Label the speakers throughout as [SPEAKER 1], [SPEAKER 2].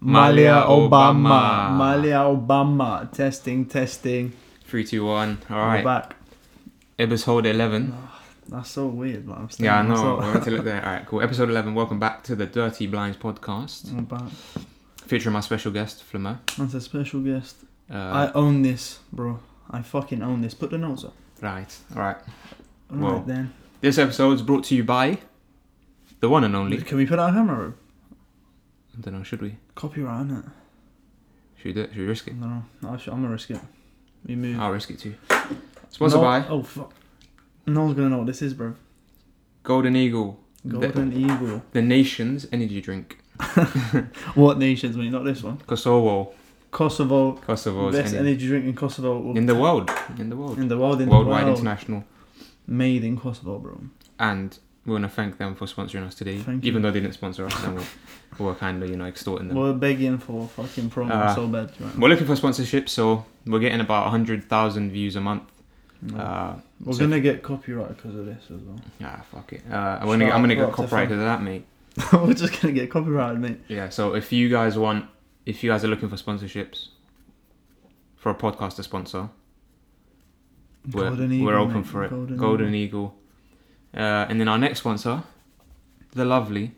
[SPEAKER 1] Malia Obama.
[SPEAKER 2] Malia Obama. Testing, testing.
[SPEAKER 1] Three, two, one. All
[SPEAKER 2] We're
[SPEAKER 1] right.
[SPEAKER 2] back. Ah,
[SPEAKER 1] Episode eleven.
[SPEAKER 2] That's so weird, man. I'm still,
[SPEAKER 1] Yeah, I
[SPEAKER 2] I'm
[SPEAKER 1] know.
[SPEAKER 2] still-
[SPEAKER 1] I went to look there. All right, cool. Episode eleven. Welcome back to the Dirty Blinds podcast,
[SPEAKER 2] I'm back.
[SPEAKER 1] featuring my special guest Flamer.
[SPEAKER 2] That's a special guest.
[SPEAKER 1] Uh,
[SPEAKER 2] I own this, bro. I fucking own this. Put the notes up.
[SPEAKER 1] right. All right.
[SPEAKER 2] Alright
[SPEAKER 1] Well,
[SPEAKER 2] then.
[SPEAKER 1] This episode is brought to you by the one and only.
[SPEAKER 2] Can we put our camera room?
[SPEAKER 1] I don't know. Should we?
[SPEAKER 2] Copyright, innit?
[SPEAKER 1] Should we do it? Should we risk it?
[SPEAKER 2] No, no. I should, I'm gonna risk it. We move.
[SPEAKER 1] I'll risk it too. Sponsored
[SPEAKER 2] No-
[SPEAKER 1] by
[SPEAKER 2] Oh, fuck. No one's gonna know what this is, bro.
[SPEAKER 1] Golden Eagle, The,
[SPEAKER 2] Golden Eagle.
[SPEAKER 1] the nation's energy drink.
[SPEAKER 2] What nations, mate? Not this one.
[SPEAKER 1] Kosovo,
[SPEAKER 2] Kosovo.
[SPEAKER 1] Kosovo's
[SPEAKER 2] Best
[SPEAKER 1] energy
[SPEAKER 2] energy drink in Kosovo.
[SPEAKER 1] in the world. In the world.
[SPEAKER 2] In the world. In
[SPEAKER 1] Worldwide
[SPEAKER 2] the world.
[SPEAKER 1] international.
[SPEAKER 2] Made in Kosovo, bro.
[SPEAKER 1] and we want to thank them for sponsoring us today.
[SPEAKER 2] Thank
[SPEAKER 1] Even
[SPEAKER 2] you.
[SPEAKER 1] though they didn't sponsor us, and we're, we we're kind of you know extorting them.
[SPEAKER 2] We're begging for fucking promo
[SPEAKER 1] Uh,
[SPEAKER 2] so bad. Right?
[SPEAKER 1] We're looking for sponsorship, so we're getting about hundred thousand views a month.
[SPEAKER 2] No.
[SPEAKER 1] Uh,
[SPEAKER 2] We're
[SPEAKER 1] so-
[SPEAKER 2] gonna get copyright because of this as well.
[SPEAKER 1] ah, fuck it. Uh, I'm gonna
[SPEAKER 2] Shout
[SPEAKER 1] I'm gonna
[SPEAKER 2] out
[SPEAKER 1] get
[SPEAKER 2] to
[SPEAKER 1] copyright
[SPEAKER 2] Optifine.
[SPEAKER 1] to that, mate.
[SPEAKER 2] We're just gonna get copyrighted, mate.
[SPEAKER 1] Yeah. So if you guys want, if you guys are looking for sponsorships for a podcast to sponsor, we're, we're open
[SPEAKER 2] mate.
[SPEAKER 1] for it. Golden,
[SPEAKER 2] Eagle.
[SPEAKER 1] Eagle. Uh, and then our next sponsor, the lovely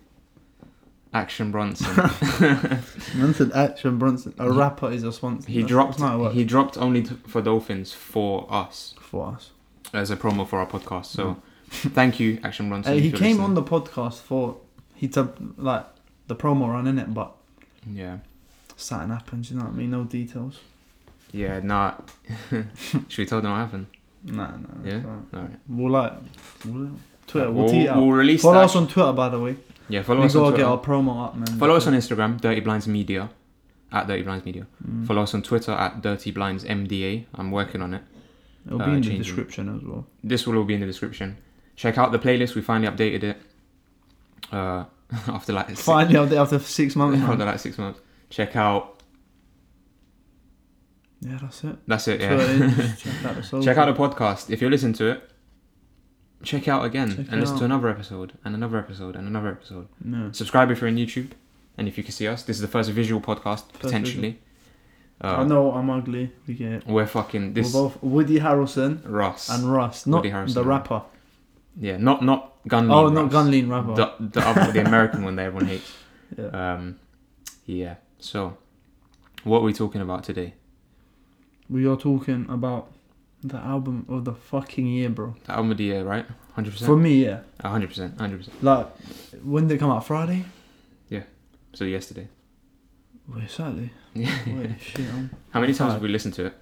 [SPEAKER 1] Action Bronson.
[SPEAKER 2] Brunson Action Brunson. A rapper is a sponsor.
[SPEAKER 1] He
[SPEAKER 2] That's-
[SPEAKER 1] dropped.
[SPEAKER 2] that's not how it works
[SPEAKER 1] He dropped only t- for Dolphins for us
[SPEAKER 2] for us.
[SPEAKER 1] as a promo for our podcast. So, thank you, Action Bronson.
[SPEAKER 2] Mm. Uh, he came on the podcast for he took like the promo run in it, but
[SPEAKER 1] on. Yeah,
[SPEAKER 2] something happened. You know what I mean? No details.
[SPEAKER 1] yeah. Nah. Should we tell them what happened?
[SPEAKER 2] Nah, nah. that's
[SPEAKER 1] Yeah?
[SPEAKER 2] alright.
[SPEAKER 1] All right.
[SPEAKER 2] We'll like we'll, Twitter. We'll,
[SPEAKER 1] we'll,
[SPEAKER 2] tee it up.
[SPEAKER 1] we'll release.
[SPEAKER 2] Follow
[SPEAKER 1] that.
[SPEAKER 2] us on Twitter, by the way.
[SPEAKER 1] Yeah, follow
[SPEAKER 2] we
[SPEAKER 1] us on
[SPEAKER 2] gotta get
[SPEAKER 1] Twitter.
[SPEAKER 2] our promo up, man.
[SPEAKER 1] Follow us on Instagram, Dirty Blinds Media, at Dirty Blinds Media.
[SPEAKER 2] Mm.
[SPEAKER 1] Follow us on Twitter at Dirty Blinds MDA. I'm working on it.
[SPEAKER 2] It'll be
[SPEAKER 1] uh,
[SPEAKER 2] in the
[SPEAKER 1] changing.
[SPEAKER 2] description as well.
[SPEAKER 1] This will all be in the description. Check out the playlist. We finally updated it. Uh, after like six-
[SPEAKER 2] Finally, after, after six months. man.
[SPEAKER 1] after like six months. Check out.
[SPEAKER 2] Yeah, that's it.
[SPEAKER 1] That's it. Yeah.
[SPEAKER 2] Twitter, eh? check out the social.
[SPEAKER 1] check out the podcast if you're listening to it check out again
[SPEAKER 2] Check it
[SPEAKER 1] and listen
[SPEAKER 2] out.
[SPEAKER 1] to another episode and another episode and another episode
[SPEAKER 2] No.
[SPEAKER 1] subscribe if you're on youtube and if you can see us this is the first visual podcast potentially
[SPEAKER 2] I
[SPEAKER 1] uh,
[SPEAKER 2] know I'm ugly. We get it.
[SPEAKER 1] we're fucking this
[SPEAKER 2] We're both Woody Harrelson
[SPEAKER 1] Ross
[SPEAKER 2] and Russ, not
[SPEAKER 1] Woody Harrelson,
[SPEAKER 2] the
[SPEAKER 1] yeah.
[SPEAKER 2] rapper.
[SPEAKER 1] yeah not not gun
[SPEAKER 2] oh,
[SPEAKER 1] Lean
[SPEAKER 2] not
[SPEAKER 1] Ross.
[SPEAKER 2] Gunlean rapper.
[SPEAKER 1] the, the, other, the American one that everyone hates
[SPEAKER 2] yeah.
[SPEAKER 1] um, yeah so what are we talking about today
[SPEAKER 2] We are talking about the album of the fucking year, bro.
[SPEAKER 1] the album of the year right 100%
[SPEAKER 2] For me, yeah.
[SPEAKER 1] 100% 100%
[SPEAKER 2] Like, when did it come out? Friday?
[SPEAKER 1] so yesterday
[SPEAKER 2] Wait, Saturday. Wait, shit. I'm...
[SPEAKER 1] how many times have we listened to it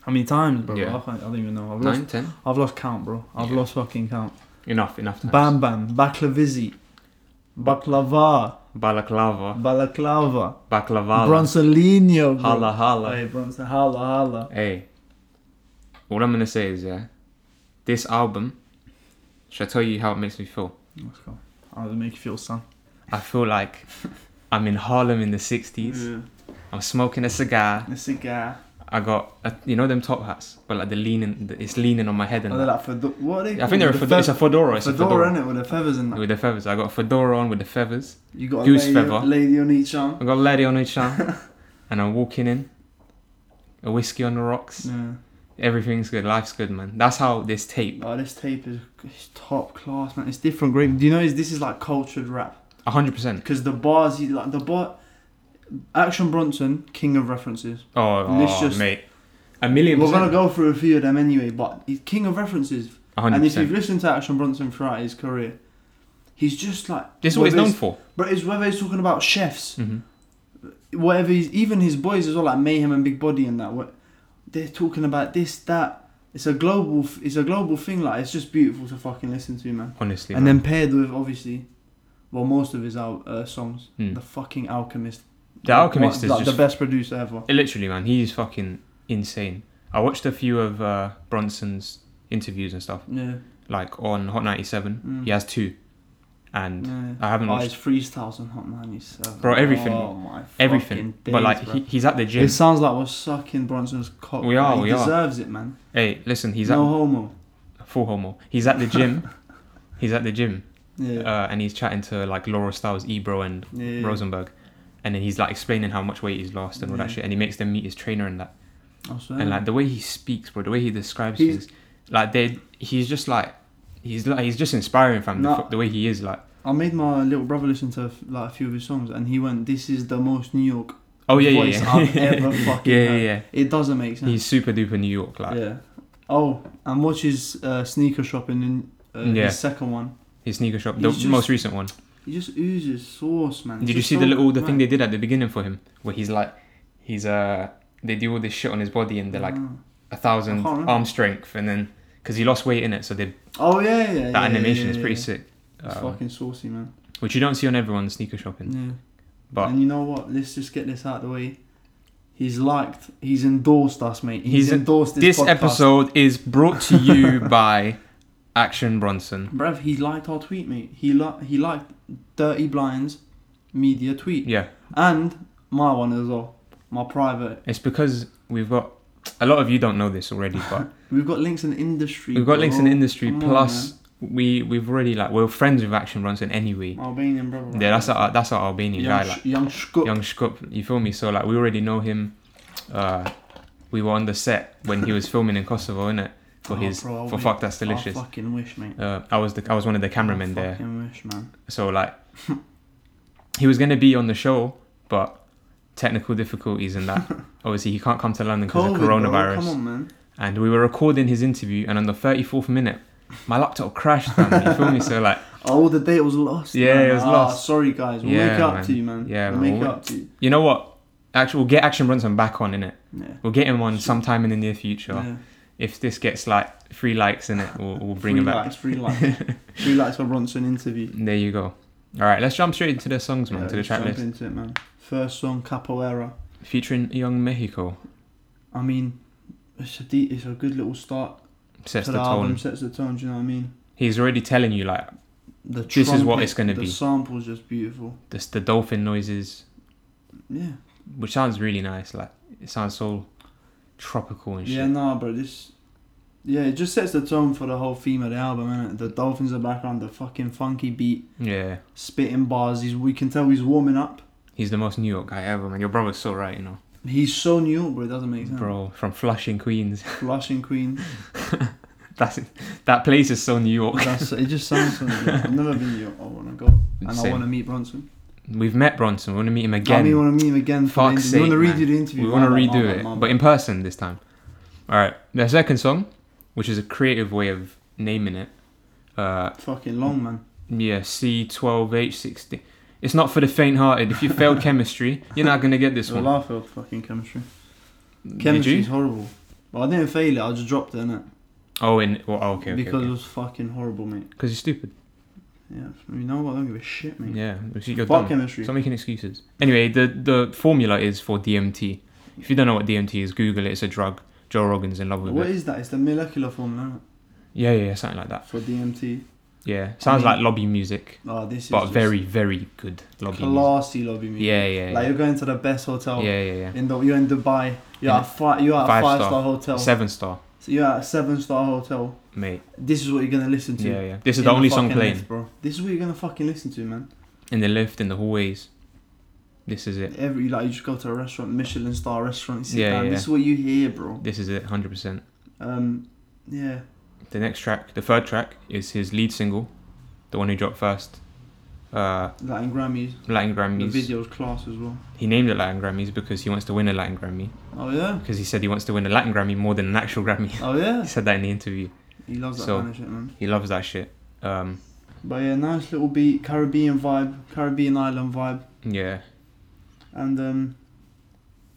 [SPEAKER 2] How many times, bro?
[SPEAKER 1] Yeah.
[SPEAKER 2] I, can't, I don't even know. I've lost.
[SPEAKER 1] Nine, ten.
[SPEAKER 2] I've lost count, bro. I've
[SPEAKER 1] Yeah.
[SPEAKER 2] lost fucking count.
[SPEAKER 1] enough enough times.
[SPEAKER 2] Bam Bam, Baklavizi, Baklava,
[SPEAKER 1] Balaklava,
[SPEAKER 2] Balaklava,
[SPEAKER 1] baklavala,
[SPEAKER 2] Bronsolino, bro.
[SPEAKER 1] hala hala.
[SPEAKER 2] Hey, Bronson, holla, holla.
[SPEAKER 1] Hey, what I'm gonna say is yeah, this album. Should I tell you how it makes me feel?
[SPEAKER 2] Let's go. I'll make you feel son.
[SPEAKER 1] I feel like I'm in Harlem in the '60s.
[SPEAKER 2] Mm.
[SPEAKER 1] I'm smoking a cigar.
[SPEAKER 2] The cigar.
[SPEAKER 1] I got a, you know them top hats, but like the leaning, the, it's leaning on my head and.
[SPEAKER 2] Are they
[SPEAKER 1] that.
[SPEAKER 2] Oh, like fedo- what are they
[SPEAKER 1] I think they're a
[SPEAKER 2] called? The
[SPEAKER 1] fedora. It's a fedora. It's a
[SPEAKER 2] fedora,
[SPEAKER 1] fedora.
[SPEAKER 2] innit, with the feathers in that.
[SPEAKER 1] With the feathers, I got a fedora on with the feathers.
[SPEAKER 2] You got a
[SPEAKER 1] goose
[SPEAKER 2] lady,
[SPEAKER 1] feather.
[SPEAKER 2] lady on each arm.
[SPEAKER 1] I got a lady on each arm, and I'm walking in. A whiskey on the rocks.
[SPEAKER 2] Yeah.
[SPEAKER 1] Everything's good. Life's good, man. That's how this tape.
[SPEAKER 2] Oh, this tape is it's top class, man. It's different grade. Do you know is- this is like cultured rap
[SPEAKER 1] hundred percent.
[SPEAKER 2] because the bars, you like the bar. Action Bronson, king of references.
[SPEAKER 1] Oh,
[SPEAKER 2] And it's
[SPEAKER 1] oh,
[SPEAKER 2] just-
[SPEAKER 1] mate, a million.
[SPEAKER 2] We're gonna
[SPEAKER 1] percent.
[SPEAKER 2] go through a few of them anyway, but he's king of references.
[SPEAKER 1] hundred
[SPEAKER 2] And if you've
[SPEAKER 1] percent.
[SPEAKER 2] listened to Action Bronson throughout his career, he's just like
[SPEAKER 1] This is what he's
[SPEAKER 2] whether
[SPEAKER 1] known for.
[SPEAKER 2] But it's whether he's talking about chefs,
[SPEAKER 1] hmm
[SPEAKER 2] whatever he's even his boys as well, like Mayhem and Big Body and that. What they're talking about this that. It's a global. f- It's a global thing. Like it's just beautiful to fucking listen to, man.
[SPEAKER 1] Honestly,
[SPEAKER 2] And
[SPEAKER 1] man.
[SPEAKER 2] then paired with obviously, well, most of his al- uh, songs,
[SPEAKER 1] Mm.
[SPEAKER 2] the fucking Alchemist.
[SPEAKER 1] The Alchemist is
[SPEAKER 2] like,
[SPEAKER 1] just-
[SPEAKER 2] the best producer ever.
[SPEAKER 1] literally, man, he's fucking insane. I watched a few of uh, Bronson's interviews and stuff,
[SPEAKER 2] Yeah,
[SPEAKER 1] like on Hot ninety seven.
[SPEAKER 2] Mm.
[SPEAKER 1] He has two, and
[SPEAKER 2] yeah.
[SPEAKER 1] I haven't
[SPEAKER 2] Oh, his
[SPEAKER 1] watched
[SPEAKER 2] freestyles on Hot 97.
[SPEAKER 1] Bro, everything.
[SPEAKER 2] Oh my
[SPEAKER 1] everything,
[SPEAKER 2] fucking
[SPEAKER 1] but
[SPEAKER 2] days,
[SPEAKER 1] like
[SPEAKER 2] bro.
[SPEAKER 1] he, he's at the gym.
[SPEAKER 2] It sounds like we're sucking Bronson's cock.
[SPEAKER 1] We are,
[SPEAKER 2] He
[SPEAKER 1] we are.
[SPEAKER 2] deserves it, man.
[SPEAKER 1] Hey, listen, he's
[SPEAKER 2] no homo.
[SPEAKER 1] at full homo. He's at the gym. he's at the gym,
[SPEAKER 2] Yeah.
[SPEAKER 1] uh, and he's chatting to like Laura Styles, Ebro, and
[SPEAKER 2] yeah.
[SPEAKER 1] Rosenberg, and then he's like explaining how much weight he's lost and all that
[SPEAKER 2] Yeah.
[SPEAKER 1] shit, and he makes them meet his trainer and that,
[SPEAKER 2] I swear.
[SPEAKER 1] and like the way he speaks, bro, the way he describes
[SPEAKER 2] He's-
[SPEAKER 1] things, like they, he's just like, he's like he's just inspiring from the,
[SPEAKER 2] No.
[SPEAKER 1] f- the way he is, like,
[SPEAKER 2] I made my little brother listen to like a few of his songs, and he went, "This is the most New York."
[SPEAKER 1] oh yeah, yeah,
[SPEAKER 2] voice
[SPEAKER 1] yeah,
[SPEAKER 2] I've ever fucking
[SPEAKER 1] yeah, yeah,
[SPEAKER 2] heard.
[SPEAKER 1] yeah.
[SPEAKER 2] It doesn't make sense.
[SPEAKER 1] He's super duper New York, like
[SPEAKER 2] yeah. Oh, and watch his uh, sneaker shopping in uh,
[SPEAKER 1] Yeah.
[SPEAKER 2] his second one.
[SPEAKER 1] his sneaker shop, the
[SPEAKER 2] He's just-
[SPEAKER 1] most recent one.
[SPEAKER 2] He just oozes sauce, man. It's
[SPEAKER 1] Did you
[SPEAKER 2] just
[SPEAKER 1] see
[SPEAKER 2] so
[SPEAKER 1] the little the thing
[SPEAKER 2] mad.
[SPEAKER 1] they did at the beginning for him, where he's like, he's uh, they do all this shit on his body and they're like
[SPEAKER 2] Ah.
[SPEAKER 1] a
[SPEAKER 2] I
[SPEAKER 1] thousand
[SPEAKER 2] can't remember.
[SPEAKER 1] arm strength, and then because he lost weight in it, so they
[SPEAKER 2] Oh yeah, yeah.
[SPEAKER 1] that animation is pretty sick.
[SPEAKER 2] It's
[SPEAKER 1] Um,
[SPEAKER 2] fucking saucy, man.
[SPEAKER 1] which you don't see on everyone's sneaker shopping,
[SPEAKER 2] Yeah.
[SPEAKER 1] but
[SPEAKER 2] and you know what? Let's just get this out of the way. He's liked. He's endorsed us, mate. He's,
[SPEAKER 1] He's en-
[SPEAKER 2] endorsed this,
[SPEAKER 1] this
[SPEAKER 2] podcast.
[SPEAKER 1] episode is brought to you by Action Bronson.
[SPEAKER 2] Bruv, he liked our tweet, mate. He li- he liked Dirty Blinds media tweet
[SPEAKER 1] Yeah,
[SPEAKER 2] and my one as well. My private.
[SPEAKER 1] it's because we've got a lot of you don't know this already, but
[SPEAKER 2] We've got links in the industry.
[SPEAKER 1] we've got links in the
[SPEAKER 2] bro.
[SPEAKER 1] industry.
[SPEAKER 2] Oh, Come on,
[SPEAKER 1] plus, we we've already like we're friends with Action Bronson anyway.
[SPEAKER 2] man. Albanian brother.
[SPEAKER 1] Yeah, that's
[SPEAKER 2] right?
[SPEAKER 1] our that's our Albanian guy.
[SPEAKER 2] Young,
[SPEAKER 1] Like,
[SPEAKER 2] sh- young Shkut.
[SPEAKER 1] young Shkup, you feel me? So like we already know him. Uh, we were on the set when he was filming in Kosovo, innit? For
[SPEAKER 2] Oh,
[SPEAKER 1] his
[SPEAKER 2] bro, I
[SPEAKER 1] for
[SPEAKER 2] wish-
[SPEAKER 1] fuck that's delicious.
[SPEAKER 2] I fucking wish, mate.
[SPEAKER 1] Uh, I was the I was one of the cameramen
[SPEAKER 2] I
[SPEAKER 1] there.
[SPEAKER 2] Fucking wish, man.
[SPEAKER 1] So like he was gonna be on the show, but technical difficulties and that. Obviously he can't come to London because of
[SPEAKER 2] COVID, bro,
[SPEAKER 1] coronavirus.
[SPEAKER 2] Come on, man.
[SPEAKER 1] And we were recording his interview, and on the thirty fourth minute, my laptop crashed. Man, you feel me? So like
[SPEAKER 2] Oh, the date was lost.
[SPEAKER 1] Yeah,
[SPEAKER 2] man.
[SPEAKER 1] it was
[SPEAKER 2] Ah,
[SPEAKER 1] lost.
[SPEAKER 2] Sorry, guys. We'll
[SPEAKER 1] Yeah,
[SPEAKER 2] make it up
[SPEAKER 1] man.
[SPEAKER 2] to you, man.
[SPEAKER 1] Yeah,
[SPEAKER 2] we'll
[SPEAKER 1] man,
[SPEAKER 2] make it
[SPEAKER 1] we'll-
[SPEAKER 2] up to you.
[SPEAKER 1] you know what? Actually, we'll get Action Bronson back on in it.
[SPEAKER 2] Yeah.
[SPEAKER 1] We'll get him on sometime in the near future.
[SPEAKER 2] yeah.
[SPEAKER 1] if this gets like three likes in it, we'll, we'll bring
[SPEAKER 2] three
[SPEAKER 1] it back.
[SPEAKER 2] likes, three likes, three likes for Bronson interview.
[SPEAKER 1] There you go. All right, let's jump straight into the songs, man,
[SPEAKER 2] Yeah,
[SPEAKER 1] to the
[SPEAKER 2] let's
[SPEAKER 1] track
[SPEAKER 2] jump
[SPEAKER 1] list
[SPEAKER 2] into it, man. First song, Capoeira.
[SPEAKER 1] featuring Young Mexico.
[SPEAKER 2] I mean, it's a de- it's a good little start
[SPEAKER 1] Sets
[SPEAKER 2] to
[SPEAKER 1] the
[SPEAKER 2] the, album.
[SPEAKER 1] tone.
[SPEAKER 2] Sets the tone. Do you know what I mean?
[SPEAKER 1] He's already telling you like
[SPEAKER 2] The
[SPEAKER 1] This is what it's gonna
[SPEAKER 2] the
[SPEAKER 1] be.
[SPEAKER 2] The sample's just beautiful.
[SPEAKER 1] this, the dolphin noises,
[SPEAKER 2] Yeah.
[SPEAKER 1] which sounds really nice. Like it sounds so tropical and shit.
[SPEAKER 2] Yeah, nah, bro. This. Yeah, it just sets the tone for the whole theme of the album, innit? The dolphins are back on the fucking funky beat,
[SPEAKER 1] Yeah.
[SPEAKER 2] spitting bars. He's, we can tell he's warming up.
[SPEAKER 1] he's the most New York guy ever, man. Your brother's so right, you know,
[SPEAKER 2] He's so new, bro. It doesn't make sense.
[SPEAKER 1] bro, from Flushing, Queens.
[SPEAKER 2] Flushing Queen.
[SPEAKER 1] That's that place is so New York.
[SPEAKER 2] That's, it just sounds so new. I've never been new. I want to go. And I
[SPEAKER 1] Same.
[SPEAKER 2] want to meet Bronson.
[SPEAKER 1] We've met Bronson. We want to meet him
[SPEAKER 2] I
[SPEAKER 1] again.
[SPEAKER 2] mean, you want to meet him again. For
[SPEAKER 1] Fuck's
[SPEAKER 2] the interview. you want to redo
[SPEAKER 1] sake,
[SPEAKER 2] the interview.
[SPEAKER 1] We want to
[SPEAKER 2] My bad, my
[SPEAKER 1] redo
[SPEAKER 2] bad,
[SPEAKER 1] it,
[SPEAKER 2] my
[SPEAKER 1] but
[SPEAKER 2] bad.
[SPEAKER 1] in person this time. All right, their second song, which is a creative way of naming it. Uh,
[SPEAKER 2] fucking long, man.
[SPEAKER 1] yeah, C12H60. It's not for the faint-hearted. If you failed chemistry, you're not gonna get this
[SPEAKER 2] Well,
[SPEAKER 1] one.
[SPEAKER 2] I failed fucking chemistry.
[SPEAKER 1] Did
[SPEAKER 2] Chemistry's
[SPEAKER 1] you?
[SPEAKER 2] horrible. But I didn't fail it. I just dropped it, innit?
[SPEAKER 1] Oh, in well, oh, okay, okay,
[SPEAKER 2] because
[SPEAKER 1] because
[SPEAKER 2] it was fucking horrible, mate.
[SPEAKER 1] you're stupid.
[SPEAKER 2] Yeah, you know what? I don't give a shit, mate.
[SPEAKER 1] Yeah, you're
[SPEAKER 2] Fuck
[SPEAKER 1] dumb.
[SPEAKER 2] chemistry.
[SPEAKER 1] Stop making excuses. Anyway, the the formula is for DMT. If you don't know what DMT is, Google it. It's a drug. Joe Rogan's in love with
[SPEAKER 2] What
[SPEAKER 1] it.
[SPEAKER 2] is that? It's the molecular formula innit?
[SPEAKER 1] Yeah, yeah, yeah, something like that.
[SPEAKER 2] for DMT.
[SPEAKER 1] Yeah, sounds
[SPEAKER 2] mean-
[SPEAKER 1] like lobby music,
[SPEAKER 2] Oh, this is
[SPEAKER 1] but
[SPEAKER 2] just
[SPEAKER 1] very, very good lobby music.
[SPEAKER 2] classy lobby music.
[SPEAKER 1] Yeah, yeah, yeah.
[SPEAKER 2] Like you're going to the best hotel.
[SPEAKER 1] yeah, yeah,
[SPEAKER 2] In the, you're in Dubai. You're
[SPEAKER 1] In
[SPEAKER 2] at fi- you're at a
[SPEAKER 1] five
[SPEAKER 2] five
[SPEAKER 1] star.
[SPEAKER 2] star
[SPEAKER 1] yeah.
[SPEAKER 2] hotel.
[SPEAKER 1] Seven star,
[SPEAKER 2] So you're at a seven star hotel.
[SPEAKER 1] mate.
[SPEAKER 2] This is what you're gonna listen to.
[SPEAKER 1] Yeah, yeah. This is
[SPEAKER 2] in
[SPEAKER 1] the only song
[SPEAKER 2] fucking
[SPEAKER 1] playing
[SPEAKER 2] lift, bro. This is what you're gonna fucking listen to, man.
[SPEAKER 1] in the lift, in the hallways. This is it.
[SPEAKER 2] Every like you just go to a restaurant, Michelin star restaurant, you sit
[SPEAKER 1] Yeah,
[SPEAKER 2] down.
[SPEAKER 1] yeah,
[SPEAKER 2] This
[SPEAKER 1] yeah.
[SPEAKER 2] is what you hear, bro.
[SPEAKER 1] This is it, hundred percent.
[SPEAKER 2] Um, yeah.
[SPEAKER 1] The next track, the third track, is his lead single, the one he dropped first. Uh,
[SPEAKER 2] Latin Grammys.
[SPEAKER 1] Latin
[SPEAKER 2] The
[SPEAKER 1] Grammys.
[SPEAKER 2] video's class as well.
[SPEAKER 1] He named it Latin Grammys because he wants to win a Latin Grammy.
[SPEAKER 2] Oh yeah.
[SPEAKER 1] Because he said he wants to win a Latin Grammy more than an actual Grammy.
[SPEAKER 2] Oh
[SPEAKER 1] he
[SPEAKER 2] yeah.
[SPEAKER 1] said that in the interview.
[SPEAKER 2] He loves that
[SPEAKER 1] So-
[SPEAKER 2] kind of shit, man.
[SPEAKER 1] He loves that shit. Um,
[SPEAKER 2] But yeah, nice little beat, Caribbean vibe, Caribbean island vibe,
[SPEAKER 1] yeah.
[SPEAKER 2] and um,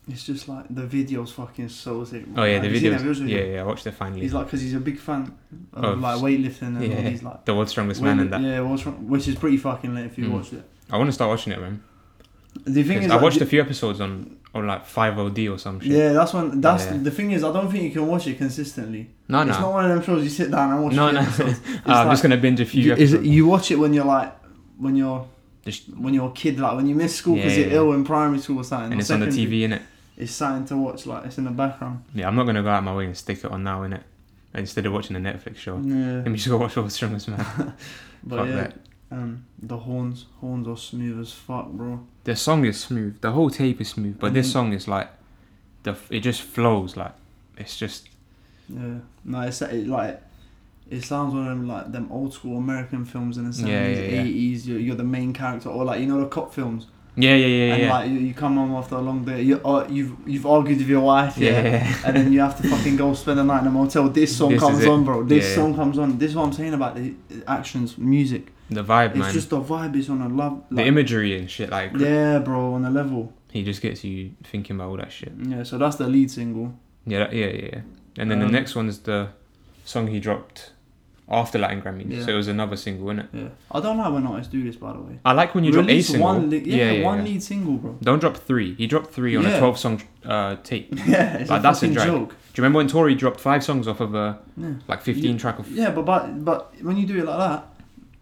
[SPEAKER 2] it's just like the video's fucking so sick.
[SPEAKER 1] Oh yeah,
[SPEAKER 2] Have
[SPEAKER 1] the
[SPEAKER 2] you seen
[SPEAKER 1] video.
[SPEAKER 2] that videos with
[SPEAKER 1] Yeah,
[SPEAKER 2] him?
[SPEAKER 1] yeah. I watched it finally.
[SPEAKER 2] He's like, cause he's a big fan of
[SPEAKER 1] Of-
[SPEAKER 2] like weightlifting and all
[SPEAKER 1] yeah.
[SPEAKER 2] these like.
[SPEAKER 1] the world's strongest man, and that.
[SPEAKER 2] Yeah, what's wrong, which is pretty fucking lit if you
[SPEAKER 1] Mm.
[SPEAKER 2] watch it.
[SPEAKER 1] I want to start watching it, man.
[SPEAKER 2] The thing
[SPEAKER 1] 'Cause
[SPEAKER 2] is,
[SPEAKER 1] I
[SPEAKER 2] like,
[SPEAKER 1] watched a
[SPEAKER 2] the-
[SPEAKER 1] few episodes on on like Five OD or some shit.
[SPEAKER 2] Yeah, that's one. That's
[SPEAKER 1] Yeah.
[SPEAKER 2] the thing is, I don't think you can watch it consistently.
[SPEAKER 1] No,
[SPEAKER 2] it's not
[SPEAKER 1] no,
[SPEAKER 2] one of them shows you sit down and watch.
[SPEAKER 1] no,
[SPEAKER 2] the
[SPEAKER 1] no. Ah,
[SPEAKER 2] episodes.
[SPEAKER 1] I'm just gonna binge a few.
[SPEAKER 2] you, is it,
[SPEAKER 1] episodes.
[SPEAKER 2] you watch it when you're like when you're
[SPEAKER 1] Just-
[SPEAKER 2] when you're a kid, like when you miss school because
[SPEAKER 1] Yeah,
[SPEAKER 2] you're
[SPEAKER 1] yeah,
[SPEAKER 2] ill in primary school or something. or
[SPEAKER 1] and it's on the
[SPEAKER 2] secondary.
[SPEAKER 1] TV, innit?
[SPEAKER 2] It's something to watch, like it's in the background.
[SPEAKER 1] Yeah, I'm not gonna go out of my way and stick it on now, innit? Instead of watching a Netflix show,
[SPEAKER 2] Yeah,
[SPEAKER 1] let me just go watch World's Strongest Man.
[SPEAKER 2] but
[SPEAKER 1] Fuck
[SPEAKER 2] yeah,
[SPEAKER 1] that.
[SPEAKER 2] Um, the horns, horns are smooth as fuck, bro.
[SPEAKER 1] The song is smooth. The whole tape is smooth, but
[SPEAKER 2] I
[SPEAKER 1] this
[SPEAKER 2] mean-
[SPEAKER 1] song is like, the f- it just flows like, it's just
[SPEAKER 2] Yeah, no, it's it, like it sounds one of them like them old school American films in the
[SPEAKER 1] Yeah, yeah,
[SPEAKER 2] seventies,
[SPEAKER 1] yeah.
[SPEAKER 2] eighties. You're, you're the main character, or like you know the cop films,
[SPEAKER 1] yeah, yeah, yeah,
[SPEAKER 2] and
[SPEAKER 1] yeah,
[SPEAKER 2] like you, you come home after a long day. You uh, you've you've argued with your wife,
[SPEAKER 1] yeah,
[SPEAKER 2] yeah.
[SPEAKER 1] yeah,
[SPEAKER 2] and then you have to fucking go spend the night in a motel. This song
[SPEAKER 1] This is
[SPEAKER 2] comes
[SPEAKER 1] it.
[SPEAKER 2] on, bro. This
[SPEAKER 1] Yeah, yeah.
[SPEAKER 2] song comes on. This is what I'm saying about the actions, music.
[SPEAKER 1] The vibe,
[SPEAKER 2] It's
[SPEAKER 1] man.
[SPEAKER 2] just the vibe is on a love.
[SPEAKER 1] the
[SPEAKER 2] Like,
[SPEAKER 1] imagery and shit, like
[SPEAKER 2] yeah, bro, on a level.
[SPEAKER 1] he just gets you thinking about all that shit.
[SPEAKER 2] Yeah, so that's the lead single.
[SPEAKER 1] Yeah, that, yeah, yeah, yeah. And then the
[SPEAKER 2] Um,
[SPEAKER 1] next one is the song he dropped after Latin Grammys.
[SPEAKER 2] Yeah.
[SPEAKER 1] So it was another single, innit?
[SPEAKER 2] Yeah, I don't like when artists do this, by the way.
[SPEAKER 1] I like when you drop a
[SPEAKER 2] Release
[SPEAKER 1] single.
[SPEAKER 2] one, li- yeah,
[SPEAKER 1] yeah, yeah,
[SPEAKER 2] one
[SPEAKER 1] yeah.
[SPEAKER 2] lead single, bro.
[SPEAKER 1] Don't drop three. He dropped three on a
[SPEAKER 2] Yeah.
[SPEAKER 1] 12 song uh, tape. Do
[SPEAKER 2] Yeah, it's
[SPEAKER 1] Like,
[SPEAKER 2] a
[SPEAKER 1] that's a
[SPEAKER 2] fucking
[SPEAKER 1] drag.
[SPEAKER 2] joke.
[SPEAKER 1] you remember when Tory dropped five songs off of a
[SPEAKER 2] Yeah.
[SPEAKER 1] like 15 track of.
[SPEAKER 2] Yeah, but, but but when you do it like that,